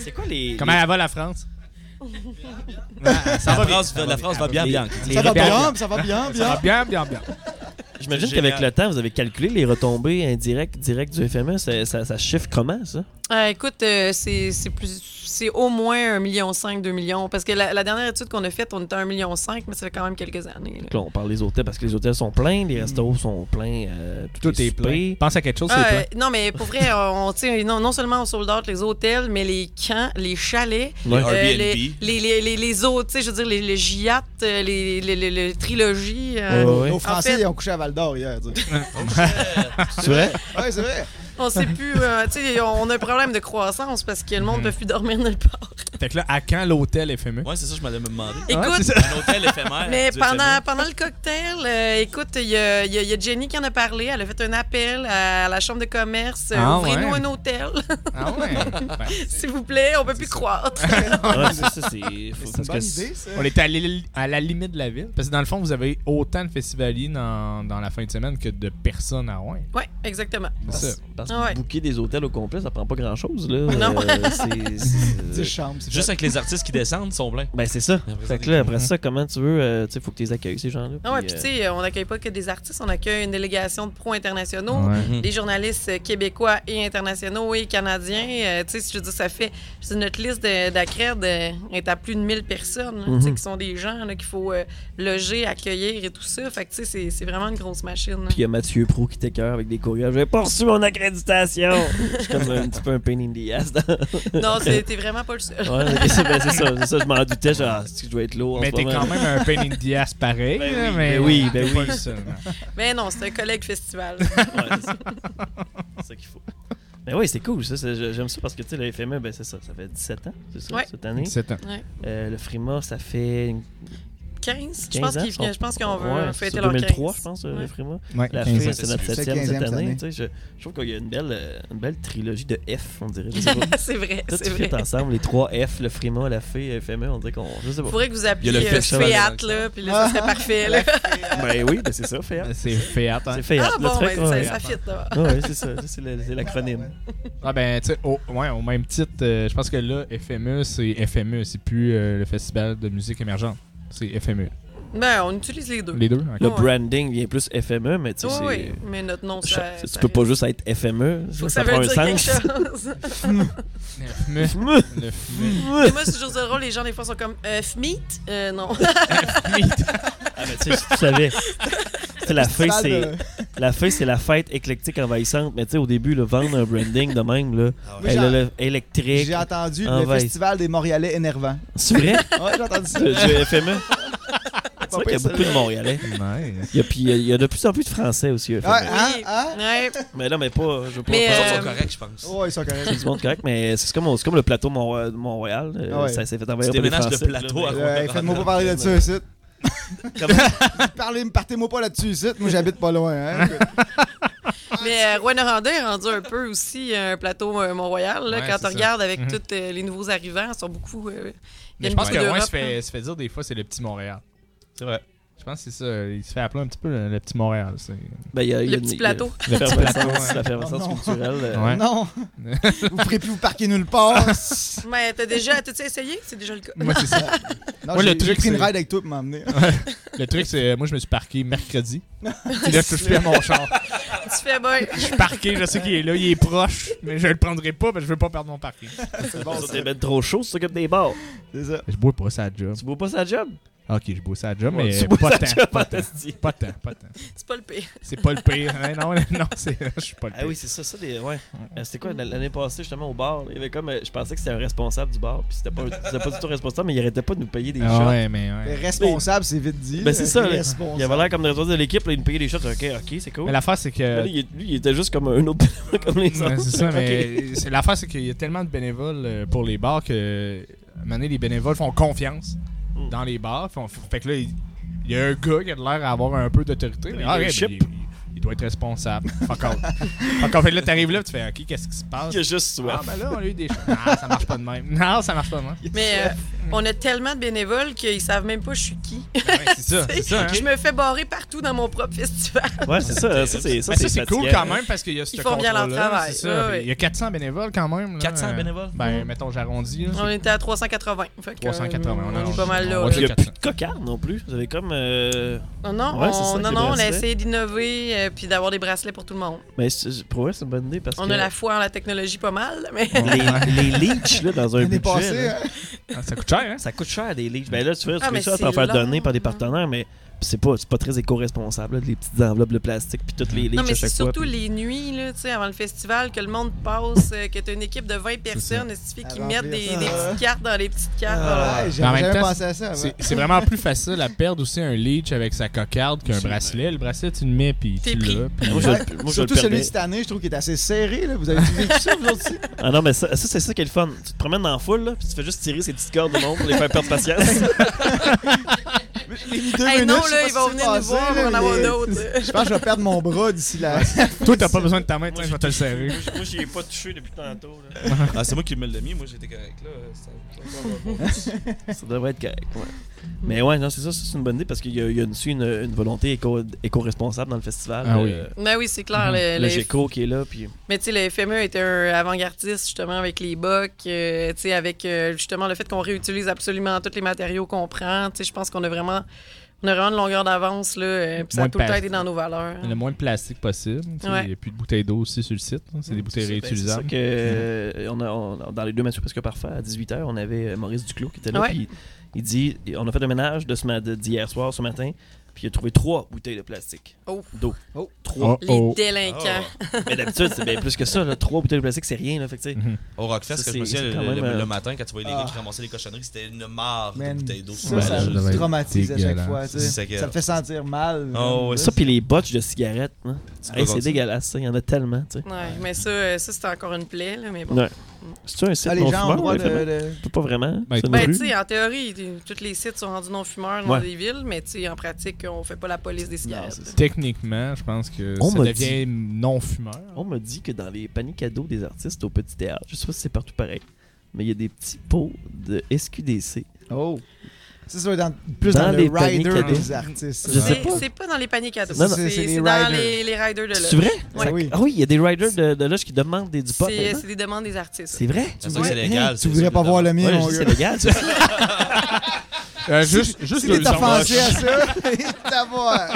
S1: C'est quoi les.
S3: Comment elle va la France? Ah, ça
S2: La
S3: va bien.
S2: France, la France va bien,
S1: Les-
S2: bien.
S6: Ça va
S3: repères.
S6: bien, ça va bien,
S3: Ça va
S6: bien.
S3: bien, bien, bien.
S1: J'imagine
S2: C'est
S1: qu'avec
S2: génial.
S1: le temps, vous avez calculé les retombées indirectes, directes du FME. Ça, ça, ça chiffre comment, ça
S5: Ah, écoute, euh, c'est c'est plus- c'est au moins 1,5 million, 2 millions. Parce que la, la dernière étude qu'on a faite, on était à 1,5 million, mais ça fait quand même quelques années. là.
S1: Là, on parle des hôtels parce que les hôtels sont pleins, les restos sont pleins. euh, tous
S3: Tout
S1: les
S3: est
S1: soupers.
S3: plein. Pense à quelque chose,
S5: Ah,
S3: c'est
S5: euh,
S3: plein.
S5: non, mais pour vrai, on, tu sais, non, non seulement on sold out les hôtels, mais les camps, les chalets,
S1: Ouais.
S5: euh,
S2: Airbnb.
S5: les, les, les, les- les autres, tu sais, je veux dire, les, les gîtes, euh, les, les, les- les trilogies. euh,
S1: Ouais, ouais.
S6: Nos Français,
S5: fait-
S6: ils ont couché à Val d'Or hier. tu sais.
S1: C'est vrai
S6: Ouais, c'est vrai.
S5: On sait plus, euh, tu sais, on a un problème de croissance parce que le monde ne peut plus dormir nulle part.
S3: Fait que là, à quand l'hôtel E? FME?
S2: Ouais, c'est ça, je m'allais me demander.
S5: Écoute,
S2: Un hôtel éphémère.
S5: Mais
S2: du
S5: pendant,
S2: FME.
S5: pendant le cocktail, euh, écoute, il y a, il y a- il y a Jenny qui en a parlé. Elle a fait un appel à la chambre de commerce. euh,
S3: Ah,
S5: Ouvrez-nous
S3: ouais.
S5: un hôtel,
S3: Ah ouais? Ben,
S5: s'il vous plaît. On peut plus croître.
S1: Ouais, ça, ça, c'est. faut-
S6: C'est une
S1: parce
S6: bonne
S1: que
S6: idée, ça.
S3: on était à, l'île- à la limite de la ville. Parce que dans le fond, vous avez autant de festivaliers dans, dans la fin de semaine que de personnes à Rouen.
S5: Oui, exactement.
S3: C'est
S1: Parce,
S3: ça.
S1: parce
S5: Ah ouais.
S1: que booker des hôtels au complet, ça prend pas grand chose, là.
S5: Non.
S1: Euh, c'est-
S6: Dix
S1: c'est-
S6: chambres, c'est
S2: Juste
S6: fait.
S2: avec les artistes qui descendent, ils sont pleins.
S1: ben, c'est ça.
S2: Après ça,
S1: Fait que
S2: des-
S1: là, après ça, comment tu veux, euh, tu sais, faut que tu les accueilles, ces gens-là.
S5: Ah ouais,
S1: puis,
S5: puis
S1: euh,
S5: tu sais, on n'accueille pas que des artistes, on accueille une délégation de pros internationaux,
S3: Ouais.
S1: Mm.
S5: des journalistes québécois et internationaux et canadiens. Euh, tu sais, je veux dire, ça fait. je veux dire, notre liste de- d'accrèdes euh, est à plus de 1000 personnes, là, tu sais,
S1: Mhm.
S5: qui sont des gens là, qu'il faut euh, loger, accueillir et tout ça. Fait que tu sais, c'est- c'est vraiment une grosse machine. là.
S1: Puis il y a Mathieu Pro qui t'écœure avec des courriels. J'ai pas reçu mon accréditation. Je suis comme un petit peu un pain in the ass. dans-
S5: Non, c'est- t'es vraiment pas le seul.
S1: euh, Ouais, ok, c'est ben, c'est ça, c'est ça. Je m'en doutais. Genre, si je dois être lourd en
S3: Mais
S1: ce
S3: t'es
S1: moment.
S3: quand même un pain in the ass pareil.
S1: Ben
S3: là,
S1: oui,
S3: mais
S1: ben oui, ben
S3: t'es pas
S1: oui.
S3: le seul, hein. non.
S5: Mais non, c'est un collègue festival.
S1: Ouais, c'est ça. C'est ça qu'il faut. Mais oui, c'est cool. ça, c'est- J'aime ça parce que, tu sais, le FME, ben, c'est ça. Ça fait 17 ans, c'est ça,
S5: Ouais.
S1: cette année.
S3: 17 ans.
S1: Euh, le Frima, ça fait une
S5: 15?
S1: 15
S5: Je pense
S1: ans.
S5: qu'ils
S1: sont-
S5: je pense qu'on veut euh,
S1: Ouais,
S5: fêter
S1: c'est
S5: leur
S1: 2003,
S5: 15.
S1: je pense, euh,
S5: Ouais.
S1: le Frima.
S3: Ouais,
S1: La
S3: 15
S1: fille,
S3: ans.
S1: c'est notre
S6: C'est le
S1: septième cette
S6: 15e
S1: année.
S6: année.
S1: tu sais, Je, je trouve qu'il y a une belle, euh, une belle trilogie de F, on dirait. Je sais pas.
S5: c'est vrai,
S1: Tout
S5: c'est
S1: fit
S5: vrai.
S1: ensemble, les trois F, le Frima, la fée, euh, FME, E, on dirait qu'on. Je sais pas.
S5: Faudrait que vous
S2: Il y a
S5: appeliez
S2: le
S5: euh,
S2: festival de
S5: Fiat,
S2: Lancashire.
S5: là, puis là, ça serait parfait, là.
S1: Ah! Ben oui, ben c'est ça, fait.
S3: C'est fait, attends.
S1: C'est fait.
S5: Ah
S1: le
S5: bon,
S1: truc,
S5: ben, ça,
S1: ouais.
S5: ça fit, là.
S1: Ah ouais, c'est ça, ça, c'est le- c'est l'acronyme.
S3: Ah ben, tu sais, au, ouais, au même titre, euh, je pense E, que là, FME, c'est FME, c'est plus euh, le festival de musique émergente. C'est FME.
S5: Ben, on utilise les deux.
S3: Les deux.
S1: Le
S3: ok.
S5: Ouais.
S1: branding vient plus FME, mais tu
S5: Oui,
S1: sais,
S5: oui,
S1: c'est-
S5: mais notre nom,
S1: cha-
S5: ça.
S1: tu
S5: ça-
S1: peux pas juste être FME.
S5: Faut que
S1: ça
S5: ça
S1: prend
S5: veut
S1: un
S5: dire quelque
S1: sens.
S5: chose.
S3: Le fumeux. Le fumeux.
S5: Et moi, c'est toujours de drôle, les gens, des fois, sont comme euh, Fmeat? Euh, non.
S1: Ah, mais tu sais, si tu savais. Tu sais, la feuille, c'est.
S6: Festival de-
S1: La feuille, c'est la fête éclectique envahissante. Mais tu sais, au début, le vendre un branding de même, là,
S2: Ah
S6: ouais.
S1: elle
S6: Moi,
S1: a le- électrique.
S6: J'ai entendu
S1: en
S6: le
S1: veille.
S6: festival des Montréalais énervants.
S1: C'est vrai?
S6: Ouais, j'ai entendu ça.
S1: Le jeu FME? C'est
S6: Pas
S1: vrai qu'il y a
S6: pire,
S1: beaucoup de Montréalais.
S3: Nice.
S1: Il y a, puis, il y a- il y a de plus en plus de Français aussi. au
S6: Ouais,
S1: FME.
S6: hein,
S5: Oui.
S6: hein?
S5: Ouais.
S1: Mais non, mais pas. Je veux pas
S5: Mais,
S2: Ils
S1: faire
S2: sont
S5: Euh,
S2: corrects, je pense.
S6: Ouais, ils sont corrects.
S1: du monde correct, mais c'est comme, c'est comme le plateau Mont- de Montréal. euh,
S6: Ah Ouais.
S1: Ça s'est fait
S2: Tu
S1: envahir par les
S2: déménages
S1: Français.
S2: le plateau à
S6: Ouais,
S2: Rwanda.
S6: Euh, Faites-moi pas parler de ça ici. Parlez- Partez-moi pas là-dessus ici. Moi, j'habite pas loin. Hein?
S5: Mais euh, Rouen Noranda est rendu un peu aussi un plateau euh, Mont-Royal. là,
S3: Ouais,
S5: quand
S3: c'est ça.
S5: on regarde avec
S3: Mhm.
S5: tous euh, les nouveaux arrivants, ils sont beaucoup. euh, il y
S3: Mais
S5: a
S3: je
S5: une hein.
S3: pense
S5: beaucoup
S3: que moi, se
S5: d'Europe,
S3: fait, se fait dire des fois, c'est le petit Montréal.
S2: C'est vrai.
S3: Je pense que c'est ça. Il se fait appeler un petit peu le, le petit Montréal. C'est
S1: Ben, il y a- il y a
S5: Le
S1: une-
S5: petit
S1: il y a-
S5: plateau.
S3: le petit
S1: L'effervescence,
S3: plateau.
S1: l'effervescence
S6: Oh non.
S1: culturelle. euh,
S3: Ouais.
S6: Non. vous pourrez plus vous parquer nulle part.
S5: Mais t'as déjà t'as-tu essayé? C'est déjà le cas.
S3: Moi, c'est ça.
S6: Non,
S3: Moi,
S6: j'ai-
S3: le truc,
S6: j'ai pris une
S3: c'est-
S6: ride avec toi pour m'emmener.
S3: Le truc, c'est. Moi, je me suis parqué mercredi. Puis là, je touche plus à mon char.
S5: tu fais bien.
S3: Je suis parqué, je sais qu'il est là, il est proche, mais je le prendrai pas parce que je veux pas perdre mon parking.
S6: C'est bon,
S1: les autres,
S6: ça.
S1: ils mettent trop chaud, c'est comme des bars.
S6: C'est ça.
S3: Je bois pas ça job. Ah,
S1: Tu bois pas sa job?
S3: Ok, je bois ça job, mais
S1: tu bois
S3: pas
S1: sa
S3: tant.
S1: job,
S3: Pas tant.
S1: fantastique.
S3: Pas tant, pas tant.
S5: C'est pas le pire.
S3: C'est pas le pire. hein, Non, non, c'est. Je suis pas le pire.
S1: Ah oui, c'est ça, ça des. Ouais. Euh, C'était quoi l'année passée justement au bar? Il y avait comme. euh, Je pensais que c'était un responsable du bar, puis c'était pas, c'était pas du tout responsable, mais il arrêtait pas de nous payer des
S3: Ah
S1: shots.
S3: ouais, mais
S6: Mais
S3: ouais.
S6: Responsable, c'est vite dit.
S1: Ben c'est ça, là.
S6: Responsable.
S1: Il avait l'air comme le responsable de l'équipe, là, il nous payait des shots. Ok, ok, c'est cool.
S3: Mais l'affaire, c'est
S1: Là,
S3: que.
S1: il est- lui, il était juste comme un autre comme les
S3: Ouais,
S1: autres.
S3: c'est ça,
S1: Ok.
S3: mais c'est- l'affaire, c'est qu'il y a tellement de bénévoles euh, pour les bars que, à un moment donné, les bénévoles font confiance
S1: Mm.
S3: dans les bars. Font- fait que là, il il y a un gars qui a l'air d'avoir un peu d'autorité. mais
S1: Le
S3: arrête,
S1: leadership.
S3: il, il doit être responsable. Fuck off. Fuck off. Fait que là, t'arrives là, puis tu fais OK, qu'est-ce qui se passe?
S1: Il a juste soif.
S3: Ah, ben là, on a eu des choses. Non, ça marche pas de même. Non, ça marche pas de même.
S5: Mais euh, on a tellement de bénévoles qu'ils savent même pas je suis qui.
S3: Ouais, c'est ça, c'est ça. hein.
S5: Je me fais barrer partout dans mon propre festival.
S1: Ouais, c'est ça, ça c'est ça.
S3: Mais ça, c'est cool
S1: fatigant.
S3: quand même parce qu'il y a ce
S5: Ils font bien leur
S3: contrôle-là,
S5: travail.
S3: c'est ça.
S5: Ouais, ouais.
S3: Il y a 400 bénévoles quand même. là.
S2: 400 bénévoles?
S3: Ben, mettons, j'arrondis. là.
S5: On était à 380. Fait que, euh,
S3: 380, on
S5: on
S3: arrondit.
S5: est pas mal là.
S3: On
S5: là.
S1: Il y a
S3: Ouais.
S1: plus de cocarde non plus. Vous avez comme. euh,
S5: Non, non,
S1: Ouais, c'est ça
S5: on, non,
S1: qui est
S5: non, on a
S1: bracelet.
S5: essayé d'innover euh, puis d'avoir des bracelets pour tout le monde.
S1: Mais c'est- pour vrai, c'est une bonne idée parce
S5: On
S1: que.
S5: a la foi en la technologie pas mal, mais
S1: les, les leeches là, dans un
S6: L'année
S1: budget.
S6: passée,
S1: là,
S6: hein,
S3: Ah, Ça coûte cher, hein?
S1: Ça coûte cher des leeches. Ben là, tu fais, tu
S5: Ah, mais
S1: fais ça à
S5: c'est
S1: t'en faire
S5: long,
S1: donner par des
S5: hein.
S1: partenaires, mais c'est pas, c'est pas très éco-responsable, là, les petites enveloppes de plastique puis toutes les leeches
S5: Non, mais
S1: à
S5: c'est
S1: chaque fois.
S5: surtout
S1: puis-
S5: les nuits, là, tu sais, avant le festival, que le monde passe, euh, que t'as une équipe de 20 personnes, est-ce
S6: À
S5: qu'ils
S6: remplir
S5: mettent des,
S6: ça.
S5: des petites cartes dans les petites cartes?
S1: Ah,
S6: ouais, j'ai
S3: Mais en même
S6: jamais
S3: temps,
S6: pensé à ça.
S3: C'est
S6: ouais.
S3: c'est vraiment plus facile à perdre aussi un leech avec sa cocarde qu'un bracelet. Le bracelet, tu le mets puis
S5: T'es
S3: tu
S5: pris.
S3: l'as. puis-
S1: Moi, je, le-
S6: Ouais,
S1: moi, je le
S6: Surtout celui
S1: permets.
S6: de cette année, je trouve qu'il est assez serré. Là. Vous avez vécu ça, vous autres aussi?
S1: Ah non, mais ça, ça, c'est ça qui est le fun. Tu te promènes dans la foule, là, puis tu fais juste tirer ces petites cordes du monde pour les faire perdre patience.
S6: Je l'ai mis deux
S5: Hey,
S6: minutes,
S5: non,
S6: je sais
S5: là,
S6: pas
S5: ils
S6: ce
S5: vont
S6: qui s'est
S5: venir nous
S6: passé,
S5: voir,
S6: là,
S5: on va en
S6: mais-
S5: avoir d'autres.
S6: Je pense que je vais perdre mon bras d'ici là.
S3: Toi, t'as pas besoin de ta main, tiens, je vais te le serrer.
S1: moi, j'y ai pas touché depuis tantôt.
S2: Ah, c'est moi qui me l'ai mis, moi j'étais correct là. ça-
S1: Ça devrait être correct, ouais. Mais ouais, non, c'est ça, ça, c'est une bonne idée parce qu'il y a, il y a une, aussi une, une volonté éco- éco-responsable dans le festival.
S3: Ah oui.
S1: euh,
S5: Ben oui, c'est clair. le-
S1: le
S5: le-
S1: GECO qui est là, puis
S5: mais tu sais, le FME était un avant-gardiste, justement, avec les bocs, euh, tu sais, avec euh, justement le fait qu'on réutilise absolument tous les matériaux qu'on prend. Tu sais, je pense qu'on a vraiment. On a vraiment une longueur d'avance, là, euh, puis ça
S3: Moins
S5: a
S3: de
S5: tout le temps
S3: plastique.
S5: été dans nos valeurs.
S3: Le moins de plastique possible. tu sais,
S5: Ouais.
S3: Il n'y a plus de bouteilles d'eau aussi sur le site. hein. C'est des bouteilles
S1: C'est ça, ben,
S3: réutilisables.
S1: C'est ça que, euh, on a, on- dans les deux matchs presque parfaits, à 18h, on avait euh, Maurice Duclos qui était là.
S5: Ouais.
S1: puis il dit on a fait un ménage de ce ma- de- d'hier soir, ce matin, puis il a trouvé trois bouteilles de plastique
S5: Oh.
S1: d'eau.
S6: Oh.
S1: Trois.
S5: Les
S3: Oh.
S5: délinquants.
S1: Mais d'habitude, c'est bien plus que ça. là. Trois bouteilles de plastique, c'est rien. Là, fait, que, tu sais,
S2: Au Rockfest,
S1: Ça,
S2: que je me
S1: c'est-
S2: souviens,
S1: c'est
S2: le,
S1: quand
S2: le-
S1: même,
S2: le
S1: euh,
S2: matin, quand tu voyais les
S6: ah.
S2: gars qui ramassaient les cochonneries, c'était une mare de
S6: Man,
S2: bouteilles d'eau.
S6: ça, ça,
S3: Ouais,
S6: me
S3: devait être
S6: traumatise à chaque
S3: dégueulasse.
S6: fois. tu sais.
S2: C'est que-
S6: Ça me fait sentir mal.
S2: Oh, ouais,
S1: ça, puis les botches de cigarettes. hein. Hey,
S2: peux
S1: c'est
S2: voir ça.
S1: dégueulasse, ça, il y en a tellement. tu sais.
S5: Ouais, mais ça, euh, ça c'était encore une plaie, là, mais bon.
S1: Ouais. C'est-tu un site
S6: Ah, les
S1: non
S6: gens ont le
S1: fumeur?
S6: droit
S1: ouais,
S6: de.
S1: finalement?
S6: de-
S1: Pas vraiment.
S3: Ben,
S1: c'est une
S5: Ben,
S1: rue.
S5: tu sais, en théorie, t- tous les sites sont rendus non-fumeurs dans
S1: Ouais.
S5: des villes, mais tu sais, en pratique, on fait pas la police des cigarettes.
S3: Techniquement, je pense que
S1: On
S3: ça
S1: m'a
S3: devient non-fumeur.
S5: Oh.
S1: On me dit que dans les paniers cadeaux des artistes au petit théâtre, je sais pas si c'est partout pareil, mais il y a des petits pots de SQDC
S6: Oh. C'est ça, dans- plus
S1: Dans
S6: dans,
S1: les
S6: le
S1: paniers
S6: rider
S1: cadeaux.
S6: des artistes.
S1: Je
S6: ça.
S1: sais
S5: C'est-
S1: pas.
S5: C'est pas dans les paniers cadeaux,
S1: Non, non.
S5: c'est
S6: C'est les
S5: c'est dans
S6: riders.
S5: les, les riders de
S1: C'est
S5: Lodge.
S1: vrai?
S6: Ouais.
S1: Ça-
S6: Oui.
S1: Ah oui, il y a des riders de, de Loche qui demandent des, du pot.
S5: C'est euh,
S1: maintenant.
S5: c'est des demandes des artistes.
S1: C'est vrai?
S2: C'est sûr que c'est
S6: Ouais.
S2: légal.
S6: Tu voudrais pas voir le mien,
S1: Ouais, je
S6: mon
S1: dis,
S6: gars.
S1: c'est légal. ça.
S3: Euh, juste juste
S6: si
S3: deux
S6: t'es
S3: ans.
S6: offensé à ça, t'avoir.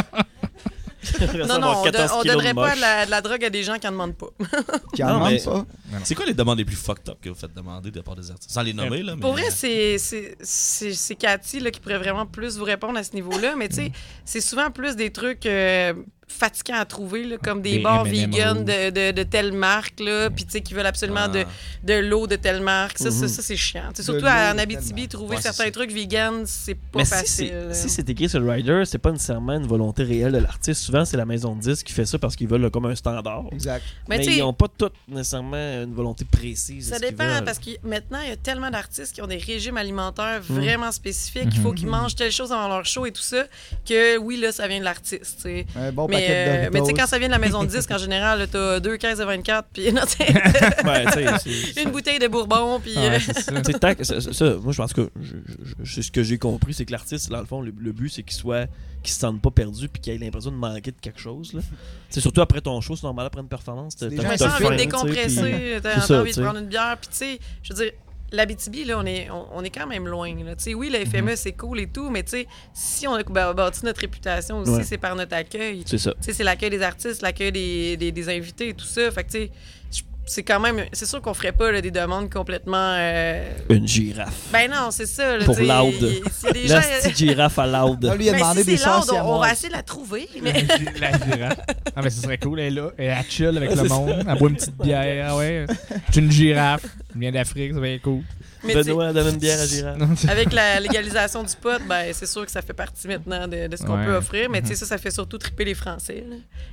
S5: Non, non, on,
S1: ne
S5: de- on donnerait pas de la, de la drogue à des gens qui en demandent pas.
S6: Qui
S1: Non,
S6: en
S1: mais-
S6: demande pas.
S2: C'est quoi les demandes les plus fucked up que vous faites demander de la part des artistes? Sans les nommer, là.
S5: Pour
S2: mais-
S5: vrai, c'est- c'est c'est- c'est Cathy là, qui pourrait vraiment plus vous répondre à ce niveau-là, mais tu sais, c'est souvent plus des trucs euh, fatigants à trouver, là, comme
S3: Des
S5: des, bars
S3: M&M
S5: vegan
S3: rouges.
S5: de, de, de telle marque, là, puis tu sais, qui veulent absolument de, de l'eau de telle marque. Ça, ça, ça, c'est chiant. Tu sais,
S6: De
S5: surtout
S6: l'eau
S5: à- en
S6: de
S5: Abitibi,
S6: telle
S5: trouver
S2: Ouais, c'est
S5: certains
S2: ça.
S5: trucs vegan, c'est pas
S1: Mais si
S5: facile.
S1: c'est
S5: là.
S1: si c'est écrit sur le rider, c'est pas nécessairement une volonté réelle de l'artiste. Souvent, c'est la maison de disques qui fait ça parce qu'ils veulent là, comme un standard.
S6: Exact.
S1: Mais,
S5: mais tu
S1: ils
S5: sais,
S1: n'ont pas toutes nécessairement une volonté précise. de
S5: Ça
S1: ce qu'ils
S5: dépend,
S1: veulent.
S5: parce que maintenant, il y a tellement d'artistes qui ont des régimes alimentaires
S1: Mm.
S5: vraiment spécifiques. Il
S1: Mm-hmm.
S5: faut qu'ils mangent telle chose avant leur show et tout ça, que oui, là, ça vient de l'artiste. tu sais.
S6: Un bon
S5: Mais,
S6: paquet de
S5: euh, mais tu sais,
S6: Doritos.
S5: quand ça vient de la maison de disque, en général, là, t'as 2, 15 et 24, puis non, t'sais,
S1: Ouais, Ben, tu sais, c'est-
S5: une bouteille de bourbon, puis euh,
S3: Ah Ouais, c'est ça.
S1: c'est tant que- ça, ça- ça, moi je pense que je- je- je- c'est ce que j'ai compris, c'est que l'artiste, dans le fond, le, le but c'est qu'il soit qu'il se sente pas perdu puis qu'il ait l'impression de manquer de quelque chose. là. C'est surtout après ton show, c'est normal après une performance. T'as
S6: C'est des
S1: t'as-
S6: gens
S5: t'as
S1: t'as
S5: envie de
S1: faim, tu sais, puis-
S5: décompresser,
S1: c'est
S5: t'as
S1: ça,
S5: envie
S1: tu sais.
S5: de prendre une bière, puis tu sais, je veux dire, l'Abitibi, là, on est, on, on est quand même loin. là. Tu sais, oui, la
S1: Mm-hmm.
S5: FME, E, c'est cool et tout, mais tu sais, si on a b- bâti notre réputation aussi,
S1: Ouais.
S5: c'est par notre accueil.
S1: C'est ça.
S5: Tu sais, c'est l'accueil des artistes, l'accueil des, des, des invités et tout ça. Fait que, tu sais, je- c'est quand même. C'est sûr qu'on ferait pas là, des demandes complètement. euh,
S1: Une girafe.
S5: Ben non, c'est ça. là,
S1: Pour
S5: tu sais,
S1: Loud.
S5: il- c'est des
S1: La
S5: gens-
S1: petite girafe à
S6: Là,
S1: loud.
S6: lui, il a
S5: Mais
S6: demandé
S5: si
S6: des
S5: c'est lourd,
S6: sauces
S5: on- on, va
S6: siamoises.
S5: essayer de la trouver.
S3: La
S5: Mais...
S3: gi- la girafe. Ah, mais ce serait cool. Elle est là. Elle, elle chill avec le monde. Elle boit une petite bière. Ah ouais. C'est une girafe. Elle vient d'Afrique. C'est bien cool.
S5: mais tu sais,
S1: Benoît donne une bière à girafe.
S3: Non, c'est- ben,
S5: avec la légalisation du pot, ben, c'est sûr que ça fait partie maintenant de, de ce qu'on
S3: Ouais.
S5: peut offrir. Mais tu
S1: Mhm.
S5: sais, ça, ça fait surtout triper les Français.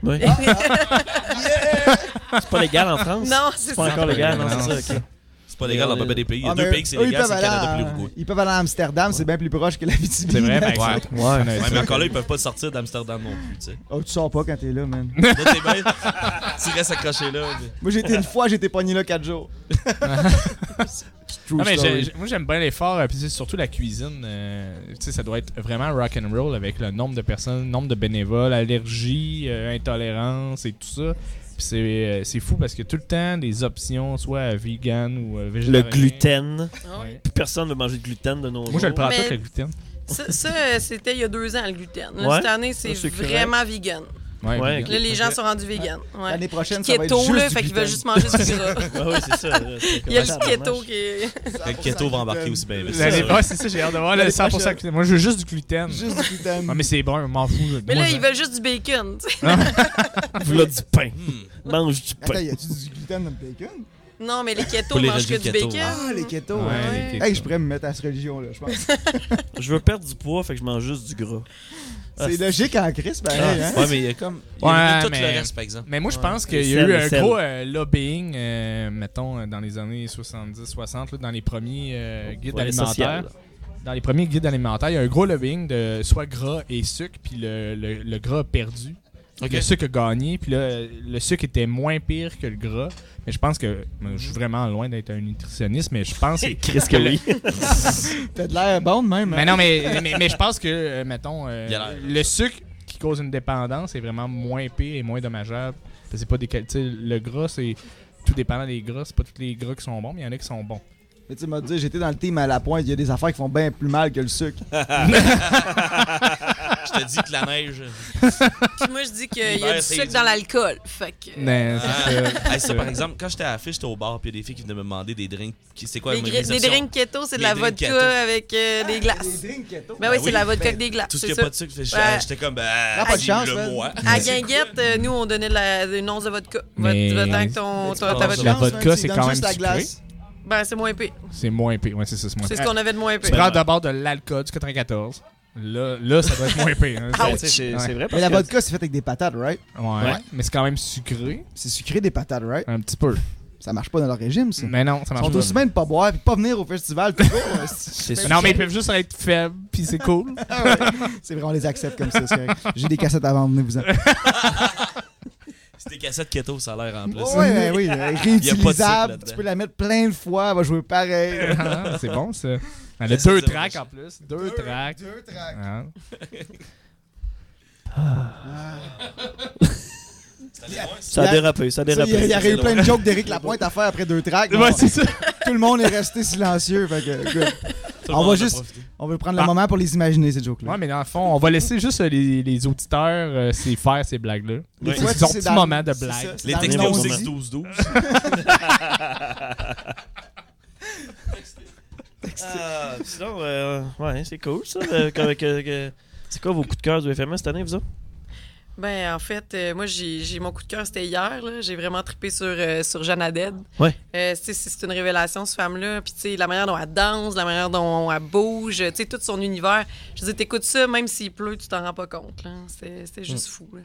S5: là.
S1: Ouais.
S5: Ah!
S1: C'est pas légal en France?
S5: Non, c'est
S1: C'est pas
S5: ça.
S1: encore légal, non,
S3: Non,
S1: c'est ça, ok.
S2: C'est pas légal dans pas des pays. Il y a
S6: Ah,
S2: deux
S6: mais
S2: pays que c'est
S6: eux, ils
S2: légal, c'est
S6: peuvent
S2: le
S6: aller
S2: Canada
S6: à-
S2: puis l'Uruguay.
S6: Ils peuvent aller à Amsterdam, c'est bien plus proche que la Vitibi.
S3: C'est vrai, par
S2: Ouais.
S3: exemple.
S6: Ouais.
S3: On a
S2: Ouais,
S3: ça.
S2: mais encore là, ils peuvent pas sortir d'Amsterdam non plus, tu sais.
S6: Oh, tu sors pas quand t'es là, man.
S2: Là, t'es bien. Tu restes accroché là. mais-
S6: Moi, j'ai été une fois, j'ai été pogné là 4 jours. C'est true
S3: Non, mais
S6: story.
S3: j'ai- j'ai- moi j'aime bien l'effort, euh, puis c'est surtout la cuisine. euh, tu sais, ça doit être vraiment rock and roll avec le nombre de personnes, le nombre de bénévoles, allergies, euh, intolérance et tout ça. Puis c'est euh, c'est fou parce que tout le temps des options, soit vegan ou euh,
S1: Le
S3: végétarien.
S1: gluten.
S3: Ouais.
S1: Plus personne ne veut manger de gluten de nos jours.
S3: Moi je le prends
S5: Mais-
S3: tout le gluten.
S5: Ça, ça, c'était il y a deux ans, le gluten. Là,
S1: Ouais.
S5: Cette année, c'est
S1: Ça, c'est correct.
S5: vraiment vegan.
S3: Ouais,
S1: Ouais,
S3: vegan.
S5: Là, les gens sont rendus vegan. Ouais.
S6: L'année prochaine, ça va être
S5: Keto,
S6: juste
S5: là,
S6: du
S5: fait qu'ils veulent
S6: gluten.
S5: juste manger du gras.
S1: Ouais, ouais, Ah c'est ça. là, c'est
S5: Il y a
S1: comme-
S5: le keto qui est.
S2: Le keto va embarquer aussi bien. vite, ça.
S3: L'année- ouais, Ah, c'est ça, j'ai hâte de voir le
S6: L'année
S3: 100%
S6: prochaine.
S3: gluten. Moi je veux juste du gluten.
S6: Juste du gluten.
S3: Ouais, mais c'est bon, je m'en fous.
S5: Mais
S3: Moi,
S5: là,
S3: je-
S5: ils veulent juste du bacon. tu sais.
S1: V'là du pain.
S2: Hmm.
S1: Mange du
S6: Attends,
S1: pain.
S6: y a-tu du gluten dans le bacon?
S5: Non, mais les keto
S2: Pour les
S5: mangent que
S2: régimes
S5: du
S2: keto.
S5: bacon.
S6: Ah, les keto.
S3: Ouais,
S6: hein.
S3: les
S6: Hey,
S3: keto.
S6: je pourrais me mettre à cette religion-là, je pense.
S1: Je veux perdre du poids, fait que je mange juste du gras. Ah,
S6: C'est logique en Christ, pareil, hein?
S2: Ouais, mais il y a comme. Il y a
S3: Ouais,
S2: tout
S3: mais-
S2: le reste, par exemple.
S3: Mais moi, je pense
S1: Ouais.
S3: qu'il y a eu
S1: Sel,
S3: un
S1: sel.
S3: gros euh, lobbying, euh, mettons, euh, dans les années 70-60, là, dans les premiers euh, guides
S1: Ouais,
S3: alimentaires.
S1: social.
S3: Dans les premiers guides alimentaires, il y a un gros lobbying de soit gras et sucre, puis le, le- le gras a perdu.
S2: Ok.
S3: Le sucre a gagné, puis là, le sucre était moins pire que le gras. Mais je pense que. moi, Je suis vraiment loin d'être un nutritionniste, mais je pense que.
S1: Qu'est-ce que oui?
S6: T'as de l'air bon de même, hein?
S3: Mais non, mais, mais, mais je pense que, euh, mettons, euh,
S2: Il a l'air.
S3: le sucre qui cause une dépendance est vraiment moins pire et moins dommageable. Parce que C'est pas des quali- tu sais, Le gras, c'est tout dépendant des gras. C'est pas tous les gras qui sont bons, mais il y en a qui sont bons.
S6: Mais tu m'as dit, j'étais dans le team à la pointe, il y a des affaires qui font bien plus mal que le sucre.
S2: Je te dis que la neige.
S5: Puis moi, je dis qu'il y
S2: L'hiver,
S5: a du
S2: c'est
S5: sucre
S2: du-
S5: dans l'alcool. Fait que.
S3: Mais
S2: Ah.
S3: Euh, c'est ça.
S2: Hey, ça, par exemple, quand j'étais à la fiche, j'étais au bar, puis il y a des filles qui venaient me demander des drinks. qui- C'est quoi
S5: Les,
S2: mes
S5: gri- les
S2: options?
S5: drinks keto, c'est de
S2: Les
S5: la
S2: drinks
S5: vodka
S2: keto. Ah
S5: avec
S3: Ah,
S5: euh, des glaces. Ben oui, c'est de la vodka avec des glaces.
S2: Tout ce qui
S5: c'est
S2: a
S5: ça.
S2: pas de sucre, fait- j'étais
S5: Ouais.
S2: j'étais comme. Bah,
S6: Ah, pas de chance,
S2: le
S6: man. Ah.
S2: moi.
S5: À Guinguette, euh, nous, on donnait de la, une once de vodka. Votre,
S3: Mais-
S5: votre avec ton,
S2: prends
S5: ton- ta
S2: la
S5: vodka.
S3: La vodka, c'est quand même
S6: juste la
S3: sucré.
S6: glace.
S5: Ben, c'est moins épais.
S3: C'est moins pire. Ouais, c'est ça, c'est moins
S5: C'est ce
S3: pire. Ah,
S5: qu'on avait de moins
S3: Tu
S5: épais.
S3: prends d'abord de l'alcool du 94. Là, là, ça doit être moins pire.
S6: Ah
S3: hein.
S1: Ben, tu sais, C'est
S3: Ouais.
S1: c'est vrai
S6: Mais
S1: parce
S6: la
S1: que
S6: vodka, c'est fait avec des patates, right?
S3: Ouais. Mais c'est quand même sucré.
S6: C'est sucré des patates, right?
S3: Un petit peu.
S6: Ça marche pas dans leur régime, ça.
S3: Mais non, ça
S6: Ils
S3: marche
S6: sont
S3: pas.
S6: aussi bien de pas boire et de pas venir au festival euh, tout court, là.
S1: c'est
S3: Mais
S1: sûr.
S3: Non, mais ils peuvent juste être faibles, puis c'est cool.
S6: Ah ouais. C'est vrai, on les accepte comme ça. c'est correct. J'ai des cassettes à vendre, venez-vous-en.
S2: C'était cassette keto, ça a l'air en plus.
S6: Ouais, ouais, oui, euh, réutilisable.
S2: là-dedans.
S6: Tu peux la mettre plein de fois, elle va jouer pareil.
S3: Ah, c'est bon, ça. Elle a
S2: Ça, ça,
S3: deux
S2: ça,
S3: tracks
S2: ça.
S3: en plus. Deux tracks.
S6: Deux tracks.
S3: Ah.
S1: ça a dérapé, ça a
S6: Tu sais,
S1: dérapé.
S6: Il y, a- il y aurait eu
S2: c'est
S6: plein de jokes d'Éric Lapointe à faire après deux tracks.
S3: Ouais,
S6: Non,
S3: c'est ça.
S6: tout le monde est resté silencieux. Fait que, good.
S2: Tout le
S6: On
S2: monde
S6: va
S2: en a
S6: juste-
S2: profité.
S6: On veut prendre
S3: Ah.
S6: le moment pour les imaginer, ces jokes-là.
S3: Ouais, mais dans le fond, on va laisser juste euh, les, les auditeurs euh, s'y faire ces blagues-là.
S6: Des
S2: Ouais.
S6: fois,
S3: C'est son
S6: tu sais,
S3: petit
S6: dans-
S3: moment de
S6: c'est
S3: blague.
S6: ça, c'est
S2: Les
S6: dans le
S2: textos au
S6: non-dit.
S2: 6-12-12.
S1: Ah, sinon, euh, ouais, c'est cool ça. euh, que- que- que- c'est quoi vos coups de cœur du FMS cette année, vous autres?
S5: Ben, en fait, euh, moi, j'ai j'ai- mon coup de cœur, c'était hier. là. J'ai vraiment trippé sur, euh, sur Jeanne Haddad.
S1: Ouais.
S5: Euh, tu sais, c'est c'est une révélation, cette femme-là. Puis, tu sais, la manière dont elle danse, la manière dont elle bouge, tu sais, tout son univers. Je veux dire, t'écoutes ça, même s'il pleut, tu t'en rends pas compte. là. C'est c'est juste fou. là.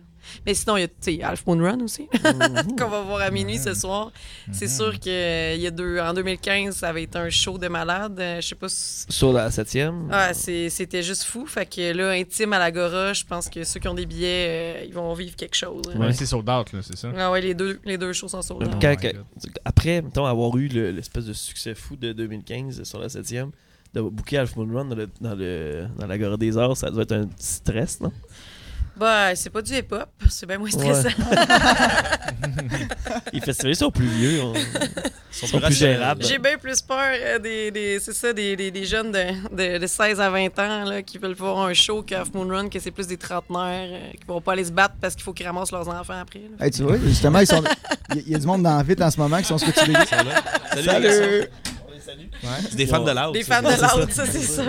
S5: Mais sinon, il y a, tu sais, Half Moon Run aussi, qu'on va voir à minuit ce soir. C'est sûr que euh, il y a deux, en 2015, ça avait été un show de malade. Euh, Je sais pas si-
S1: Sur la 7e.
S5: ah, c'est- c'était juste fou. Fait que là, intime à l'Agora, je pense que ceux qui ont des billets, euh, ils vont vivre quelque chose. hein.
S1: Ouais.
S3: Ouais, C'est sold out, là, c'est ça. Oh
S5: Ah ouais, les deux, les deux choses sont sold out.
S1: Quand-
S3: my
S1: quand-
S3: God.
S1: après, mettons, avoir eu le- l'espèce de succès fou de 2015 sur la 7e, de booker Half Moon Run dans, le, dans, le, dans l'Agora des Arts, ça doit être un petit stress, non?
S5: Bah, c'est pas du hip-hop, c'est bien moins
S1: Ouais.
S5: stressant.
S1: Les festivaliers sont plus vieux. on- sont
S2: Ils
S1: plus
S2: Ben.
S1: gérables.
S5: J'ai bien plus peur euh, des, des, c'est ça, des, des, des jeunes de, de, de 16 à 20 ans là, qui veulent voir un show que Half Moon Run, que c'est plus des trentenaires euh, qui vont pas aller se battre parce qu'il faut qu'ils ramassent leurs enfants après. là.
S6: Hey, tu vois, justement, ils sont. Il y, a- il y a du monde dans la ville en ce moment qui sont ce que tu veux.
S2: Salut, les garçons.
S6: Salut!
S2: C'est des fans de l'art.
S5: Des fans de l'autre, ça, c'est sûr.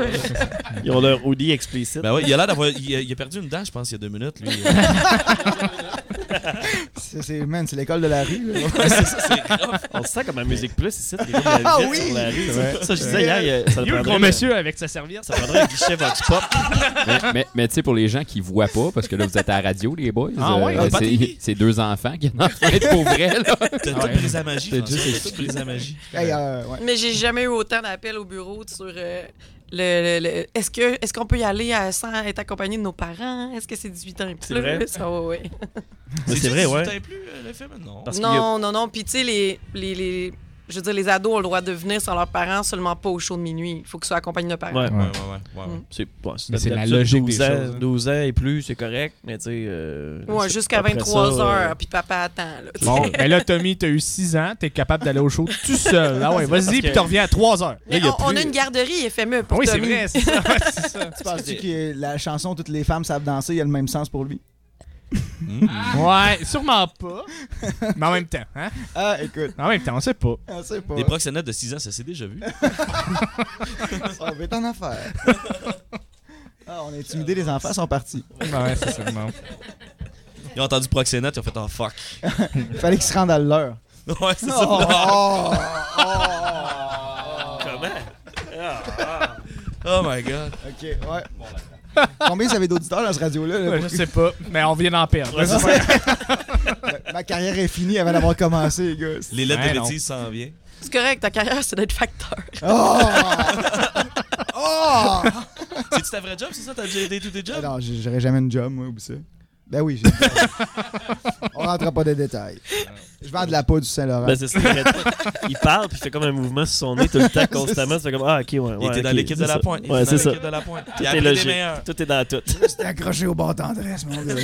S1: Ils ont leur hoodie explicite.
S2: Ben ouais, il a l'air d'avoir. Il a, il a perdu une dent, je pense, il y a deux minutes, lui. Euh,
S6: C'est- c'est- Man, c'est l'école de la rue. là.
S1: On se sent comme à Musique Plus ici. il y a comme la
S6: Ah
S1: vitre
S6: oui!
S1: sur la rue.
S3: Ouais.
S1: Ça, je disais hier, il y a- ça
S3: You, le
S1: prendrait-
S3: gros monsieur avec sa serviette.
S1: ça prendrait un guichet Vox Pop.
S4: Mais, mais, mais tu sais, pour les gens qui voient pas, parce que là, vous êtes à la radio, les boys. euh,
S3: Ah ouais, on a
S2: pas de
S4: c'est,
S2: télé.
S4: c'est deux enfants qui en ont fait pour vrai, là.
S2: T'as tout
S3: Ouais.
S2: pris à magie.
S4: T'as
S2: François,
S4: juste
S2: T'as tout pris à magie.
S6: Hey, euh, ouais.
S5: Mais j'ai jamais eu autant d'appels au bureau sur euh, le. le- le- est-ce que est-ce qu'on peut y aller à- sans être accompagné de nos parents Est-ce que c'est 18 ans et plus
S1: C'est vrai?
S5: Ah ouais, ouais.
S1: Mais c'est vrai, ouais.
S2: Tu plus euh, le film Non.
S1: Parce qu'il y a-
S5: Non, non, non. Puis tu sais les, les, les- je veux dire les ados ont le droit de venir sans leurs parents, seulement pas au show de minuit. Il faut qu'ils soient accompagnés de parents.
S1: Ouais.
S2: Ouais, ouais, ouais. ouais, ouais.
S1: C'est bon,
S3: Mais c'est la
S1: d'habitude,
S3: logique des
S1: ans,
S3: choses, hein.
S1: 12 ans et plus, c'est correct, mais tu sais. euh,
S5: Ouais,
S1: c'est-
S5: jusqu'à
S1: après
S5: 23
S1: ça, euh,
S5: heures, puis papa attend. Là,
S3: Bon, mais là, Tommy, t'as eu 6 ans, t'es capable d'aller au show tout seul. Ah ouais,
S1: Parce
S3: vas-y,
S1: que-
S3: puis t'en reviens à 3 heures.
S5: Mais
S3: Là, y
S5: on, on
S3: plus-
S5: a une garderie FME
S3: Ah
S5: pour
S3: Oui, c'est
S5: Tommy.
S3: vrai, c'est ça. ouais, c'est ça.
S6: Tu penses-tu que la chanson Toutes les femmes savent danser, il y a le même sens pour lui?
S3: Ouais, sûrement pas. Mais en même temps, hein?
S6: Ah, écoute,
S3: En même temps, on sait pas.
S6: on sait pas.
S2: Les proxénètes de 6 ans, ça s'est déjà vu.
S6: On va être en affaire. Ah, on a intimidé les enfants, ils sont partis.
S3: Ouais, c'est ça. bon.
S2: Ils ont entendu proxénète, ils ont fait oh fuck.
S6: Fallait qu'ils se rendent à l'heure.
S2: Ouais, c'est ça.
S6: Oh, oh, oh.
S1: Comment?
S2: Oh my god.
S6: Ok, ouais. Combien vous avez d'auditeurs dans ce radio-là? là?
S3: Ouais, je sais pas, mais on vient d'en perdre. Ouais,
S6: Ma- Ma carrière est finie avant d'avoir commencé, les gars.
S2: Les lettres
S3: Ouais,
S2: de
S3: non.
S2: bêtises s'en viennent.
S5: C'est correct, ta carrière, c'est d'être facteur.
S6: Oh! Oh!
S2: C'est-tu ta vraie job, c'est ça? T'as déjà aidé tous tes
S6: Ah
S2: jobs?
S6: Non, j'ai- j'aurais jamais une job, moi, ou ça. Ben oui, j'ai On rentre pas des détails. Je vends de la peau du Saint-Laurent.
S1: Ben, c'est ça, il arrête- il parle, puis il fait comme un mouvement sur son nez tout le temps, constamment. C'est comme, ah, ok, ouais. ouais
S2: Il était dans
S1: ok,
S2: l'équipe de
S1: c'est
S2: la
S1: ça.
S2: pointe. Il
S1: Ouais,
S2: était
S1: c'est
S2: dans
S1: ça.
S2: l'équipe de la pointe.
S1: Tout
S2: Il a
S1: est
S2: pris les
S1: logique.
S2: meilleurs.
S1: Tout est dans tout.
S6: J'étais accroché au bord tendresse, mon gars.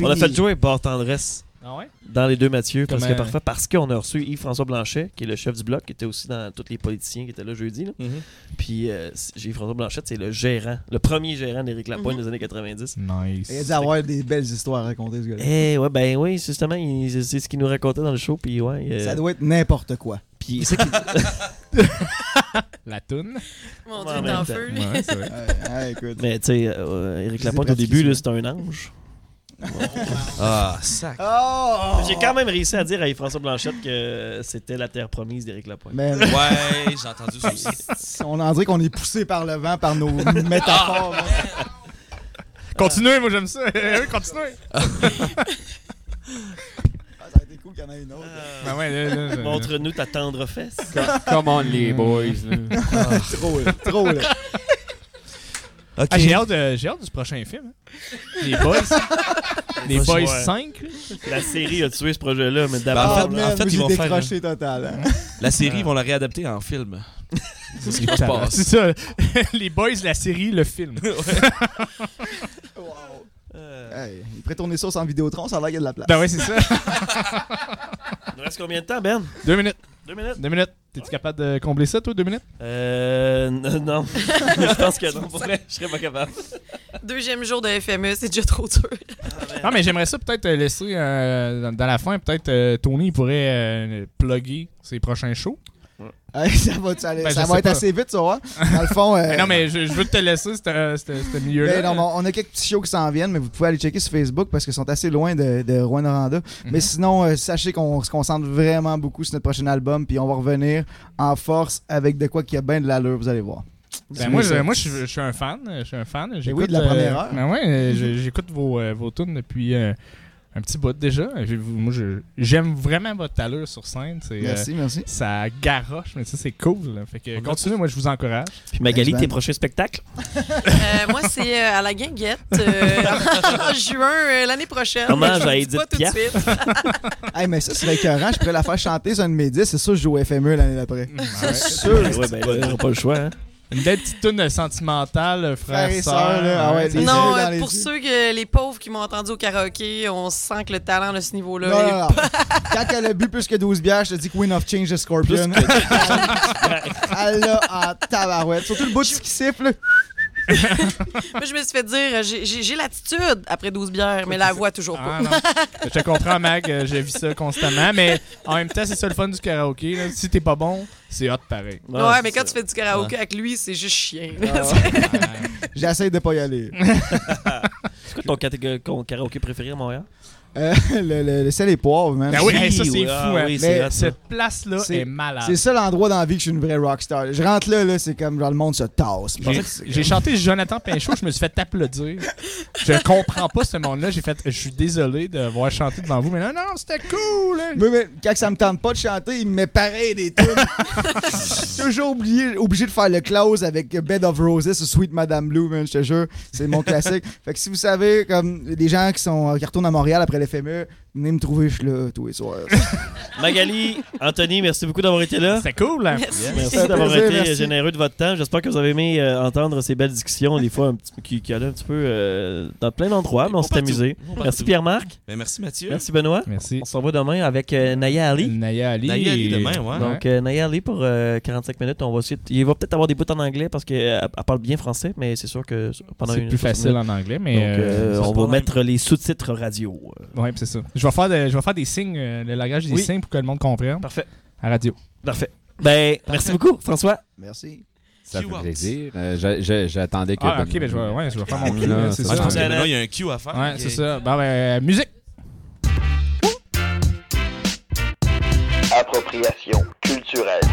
S1: On a fait jouer Bord Tendresse
S3: Ah ouais?
S1: dans les deux Mathieu, parce
S3: Comment-
S1: que parfait, parce qu'on a reçu Yves-François Blanchet, qui est le chef du bloc, qui était aussi dans tous les politiciens qui étaient là jeudi. là.
S2: Mhm.
S1: Puis euh, c'est- Yves-François Blanchet, c'est le gérant, le premier gérant d'Éric Lapointe des années 90.
S3: Nice.
S6: Il a dû avoir des belles histoires à raconter, ce gars-là.
S1: Eh ouais, ben oui, justement, il- c'est c'est ce qu'il nous racontait dans le show, puis ouais. euh,
S6: Ça doit être n'importe quoi.
S1: Puis c'est qu'il-
S3: La toune.
S5: Mon
S1: Ouais, en
S5: Dieu, t'es
S1: même
S5: en
S1: temps.
S5: feu. lui.
S3: Ouais, c'est vrai.
S6: Ouais, ouais, écoute.
S1: Mais tu sais, euh, Éric
S6: Je sais
S1: Lapointe,
S6: pas
S1: au
S6: ce
S1: début,
S6: qu'il
S1: là,
S6: dit.
S1: c'était un ange.
S2: Ah, sac.
S6: Oh!
S1: J'ai quand même réussi à dire à Yves-François Blanchette que c'était la terre promise d'Éric Lapointe.
S6: Mais
S2: Ouais, j'ai entendu ça aussi.
S6: on en dirait qu'on est poussé par le vent, par nos métaphores. là.
S3: Continuez, moi j'aime ça. Oui, Continuez.
S6: Ah, ça a été cool qu'il y en ait une autre.
S3: Ben ouais, là, là,
S6: euh,
S3: je-
S1: Montre-nous ta tendre fesse.
S4: Come on,
S3: Euh,
S4: les boys. là.
S6: Trop, là, trop, là.
S2: Ok.
S3: Ah, j'ai hâte, de- j'ai hâte du prochain film. hein. Les Boys. Les
S1: Ouais.
S3: Boys 5. là.
S1: La série a tué ce projet-là, mais
S2: En
S1: d'abord.
S2: fait,
S6: Ah,
S1: là,
S6: man,
S2: en fait,
S6: moi,
S2: ils
S6: j'ai
S2: vont faire
S6: décroché total. hein.
S2: La série, ils vont la réadapter en film. C'est ce qui se
S3: C'est
S2: passe.
S3: ça. Les Boys, la série, le film.
S6: Hey, il pourrait tourner ça sans Vidéotron, ça a l'air qu'il y a de la place.
S3: Ben ouais, c'est ça.
S1: Il nous reste combien de temps, Ben
S3: Deux minutes.
S1: Deux minutes?
S3: Deux minutes. T'es-tu capable de combler ça, toi, deux minutes?
S1: Euh. n- Non. je pense que non. Pour vrai, je serais pas capable.
S5: Deuxième jour de FME, c'est déjà trop dur.
S3: Non, mais j'aimerais ça peut-être euh, laisser euh, dans, dans la fin. Peut-être euh, Tony il pourrait euh, plugger ses prochains shows.
S6: Hey, Ah, ça va, ça,
S3: Ben,
S6: ça
S3: je
S6: va
S3: sais
S6: être
S3: pas.
S6: assez vite, ça va. Dans le fond. euh,
S3: Mais non, mais je, je veux te laisser euh, ce milieu-là.
S6: ben, non, mais on a quelques petits shows qui s'en viennent, mais vous pouvez aller checker sur Facebook parce qu'ils sont assez loin de, de Rouen Noranda.
S3: Mhm.
S6: Mais sinon, euh, sachez qu'on se concentre vraiment beaucoup sur notre prochain album, puis on va revenir en force avec de quoi qu'il y a bien de l'allure, vous allez voir.
S3: Ben, moi, je, moi je, suis- je suis un fan. Je suis un fan. J'écoute,
S6: Ben oui, de la
S3: euh,
S6: première heure.
S3: ben ouais, euh, je- j'écoute vos, euh, vos tunes depuis euh, un petit bout déjà. J'ai- vous- Moi, je- j'aime vraiment votre allure sur scène. C'est, euh,
S6: Merci, merci.
S3: ça garoche, mais ça, c'est cool. là. Fait que euh, continuez, moi, je vous encourage.
S1: Puis Magali,
S6: Ben,
S1: tes prochains spectacles?
S5: Euh, moi, c'est euh, à la guinguette euh, en juin euh, l'année prochaine.
S1: Hommage
S5: Je vous
S1: à
S5: le dis pas
S1: Edith
S5: tout de
S1: Piaf.
S5: suite.
S6: Hey, mais ça serait écœurant, je pourrais la faire chanter sur une médis, c'est sûr je joue au FME l'année d'après.
S1: Sûr. Ouais, ben, là, on n'a pas le choix. hein.
S3: Une belle petite tune sentimentale, euh, frère
S6: Frères et
S3: et
S6: sœurs,
S3: sœur. hein,
S6: là. Ah ouais, les-
S5: Non,
S6: yeux dans
S5: euh,
S6: les
S5: pour
S6: yeux.
S5: ceux que les pauvres qui m'ont entendu au karaoké, on sent que le talent de ce niveau-là.
S6: Non, non,
S5: est-
S6: non. Quand elle a bu plus que 12 bières, je te dis Queen of Change the Scorpion. elle l'a en tabarouette. Surtout le bout de ce qui siffle. là.
S5: Moi, je me suis fait dire, euh, j'ai- j'ai j'ai l'attitude après 12 bières, mais la voix toujours pas.
S3: Ah, non. je te comprends, Mag, euh, j'ai vu ça constamment, mais en même temps, c'est ça le fun du karaoké. là. Si t'es pas bon, c'est hot pareil.
S5: Ouais,
S1: Ah,
S5: mais
S1: c'est
S5: quand tu
S1: ça.
S5: fais du karaoké avec lui, c'est juste chien.
S6: Ah, J'essaie de pas y aller.
S1: C'est quoi ton catég- ton karaoké préféré à Montréal?
S6: Euh, le, le- le sel et poivre, man.
S3: Ben oui, hey, ça, c'est
S1: oui,
S3: fou.
S1: ah
S3: hein.
S1: oui,
S6: c'est
S3: Mais
S1: hot, ça.
S3: cette place-là
S6: C'est-
S3: est malade.
S6: C'est ça l'endroit dans la vie que je suis une vraie rockstar. Je rentre là, là c'est comme genre le monde se tasse.
S3: J'ai- J'ai chanté Jonathan Pinchot, je me suis fait applaudir. Je comprends pas ce monde-là. J'ai fait, je suis désolé d'avoir chanté devant vous, mais non, non, c'était cool. hein.
S6: Mais, mais, quand ça me tente pas de chanter, il me met pareil des tunes. Je suis toujours oublié, obligé de faire le close avec Bed of Roses ou Sweet Madame Blue, man, je te jure. C'est mon classique. Fait que si vous savez, comme des gens qui, sont, qui retournent à Montréal après l'FME, venez me trouver, je suis là tous les soirs.
S1: Magali, Anthony, merci beaucoup d'avoir été là.
S3: C'était cool. hein.
S5: Merci.
S1: Merci
S6: Ça fait
S1: d'avoir
S6: plaisir,
S1: été
S6: merci.
S1: généreux de votre temps. J'espère que vous avez aimé euh, entendre ces belles discussions, des fois un petit, qui, qui allaient un petit peu euh, dans plein d'endroits, mais on
S2: Bon
S1: s'est
S2: partout.
S1: amusé.
S2: Bon
S1: Merci
S2: partout.
S1: Pierre-Marc,
S2: Ben, merci Mathieu.
S1: merci Benoît.
S3: Merci.
S1: On se revoit demain avec euh, Naya Ali.
S3: Naya Ali.
S2: Naya Ali demain, ouais.
S1: Donc, euh, Naya Ali pour euh, 45 minutes. On va essayer de- Il va peut-être avoir des bouts en anglais parce qu'elle elle parle bien français, mais c'est sûr que pendant
S3: C'est
S1: une-
S3: plus facile en anglais, mais.
S1: Donc,
S3: euh,
S1: euh,
S3: ça,
S1: on
S3: c'est
S1: va
S3: pas mal.
S1: mettre les sous-titres radio. Euh,
S3: Ouais, c'est ça. Je vais faire, de- je vais faire des signes, euh, le langage des
S1: Oui.
S3: signes pour que le monde comprenne.
S1: Parfait.
S3: À radio.
S1: Parfait. Ben, merci beaucoup, François.
S6: Merci.
S4: Ça
S2: Q-Out.
S4: fait plaisir. Euh, j'a- j'a- J'attendais que.
S3: Ah, ok, ben je vais, ouais, je vais faire mon cul.
S4: Ah,
S3: là, C'est
S4: ah,
S2: Ah, je
S3: ça.
S2: pense que maintenant, il y a un Q à faire.
S3: Ouais,
S2: Il y a-
S3: c'est ça. Bon, ben, euh, musique.
S7: Appropriation culturelle.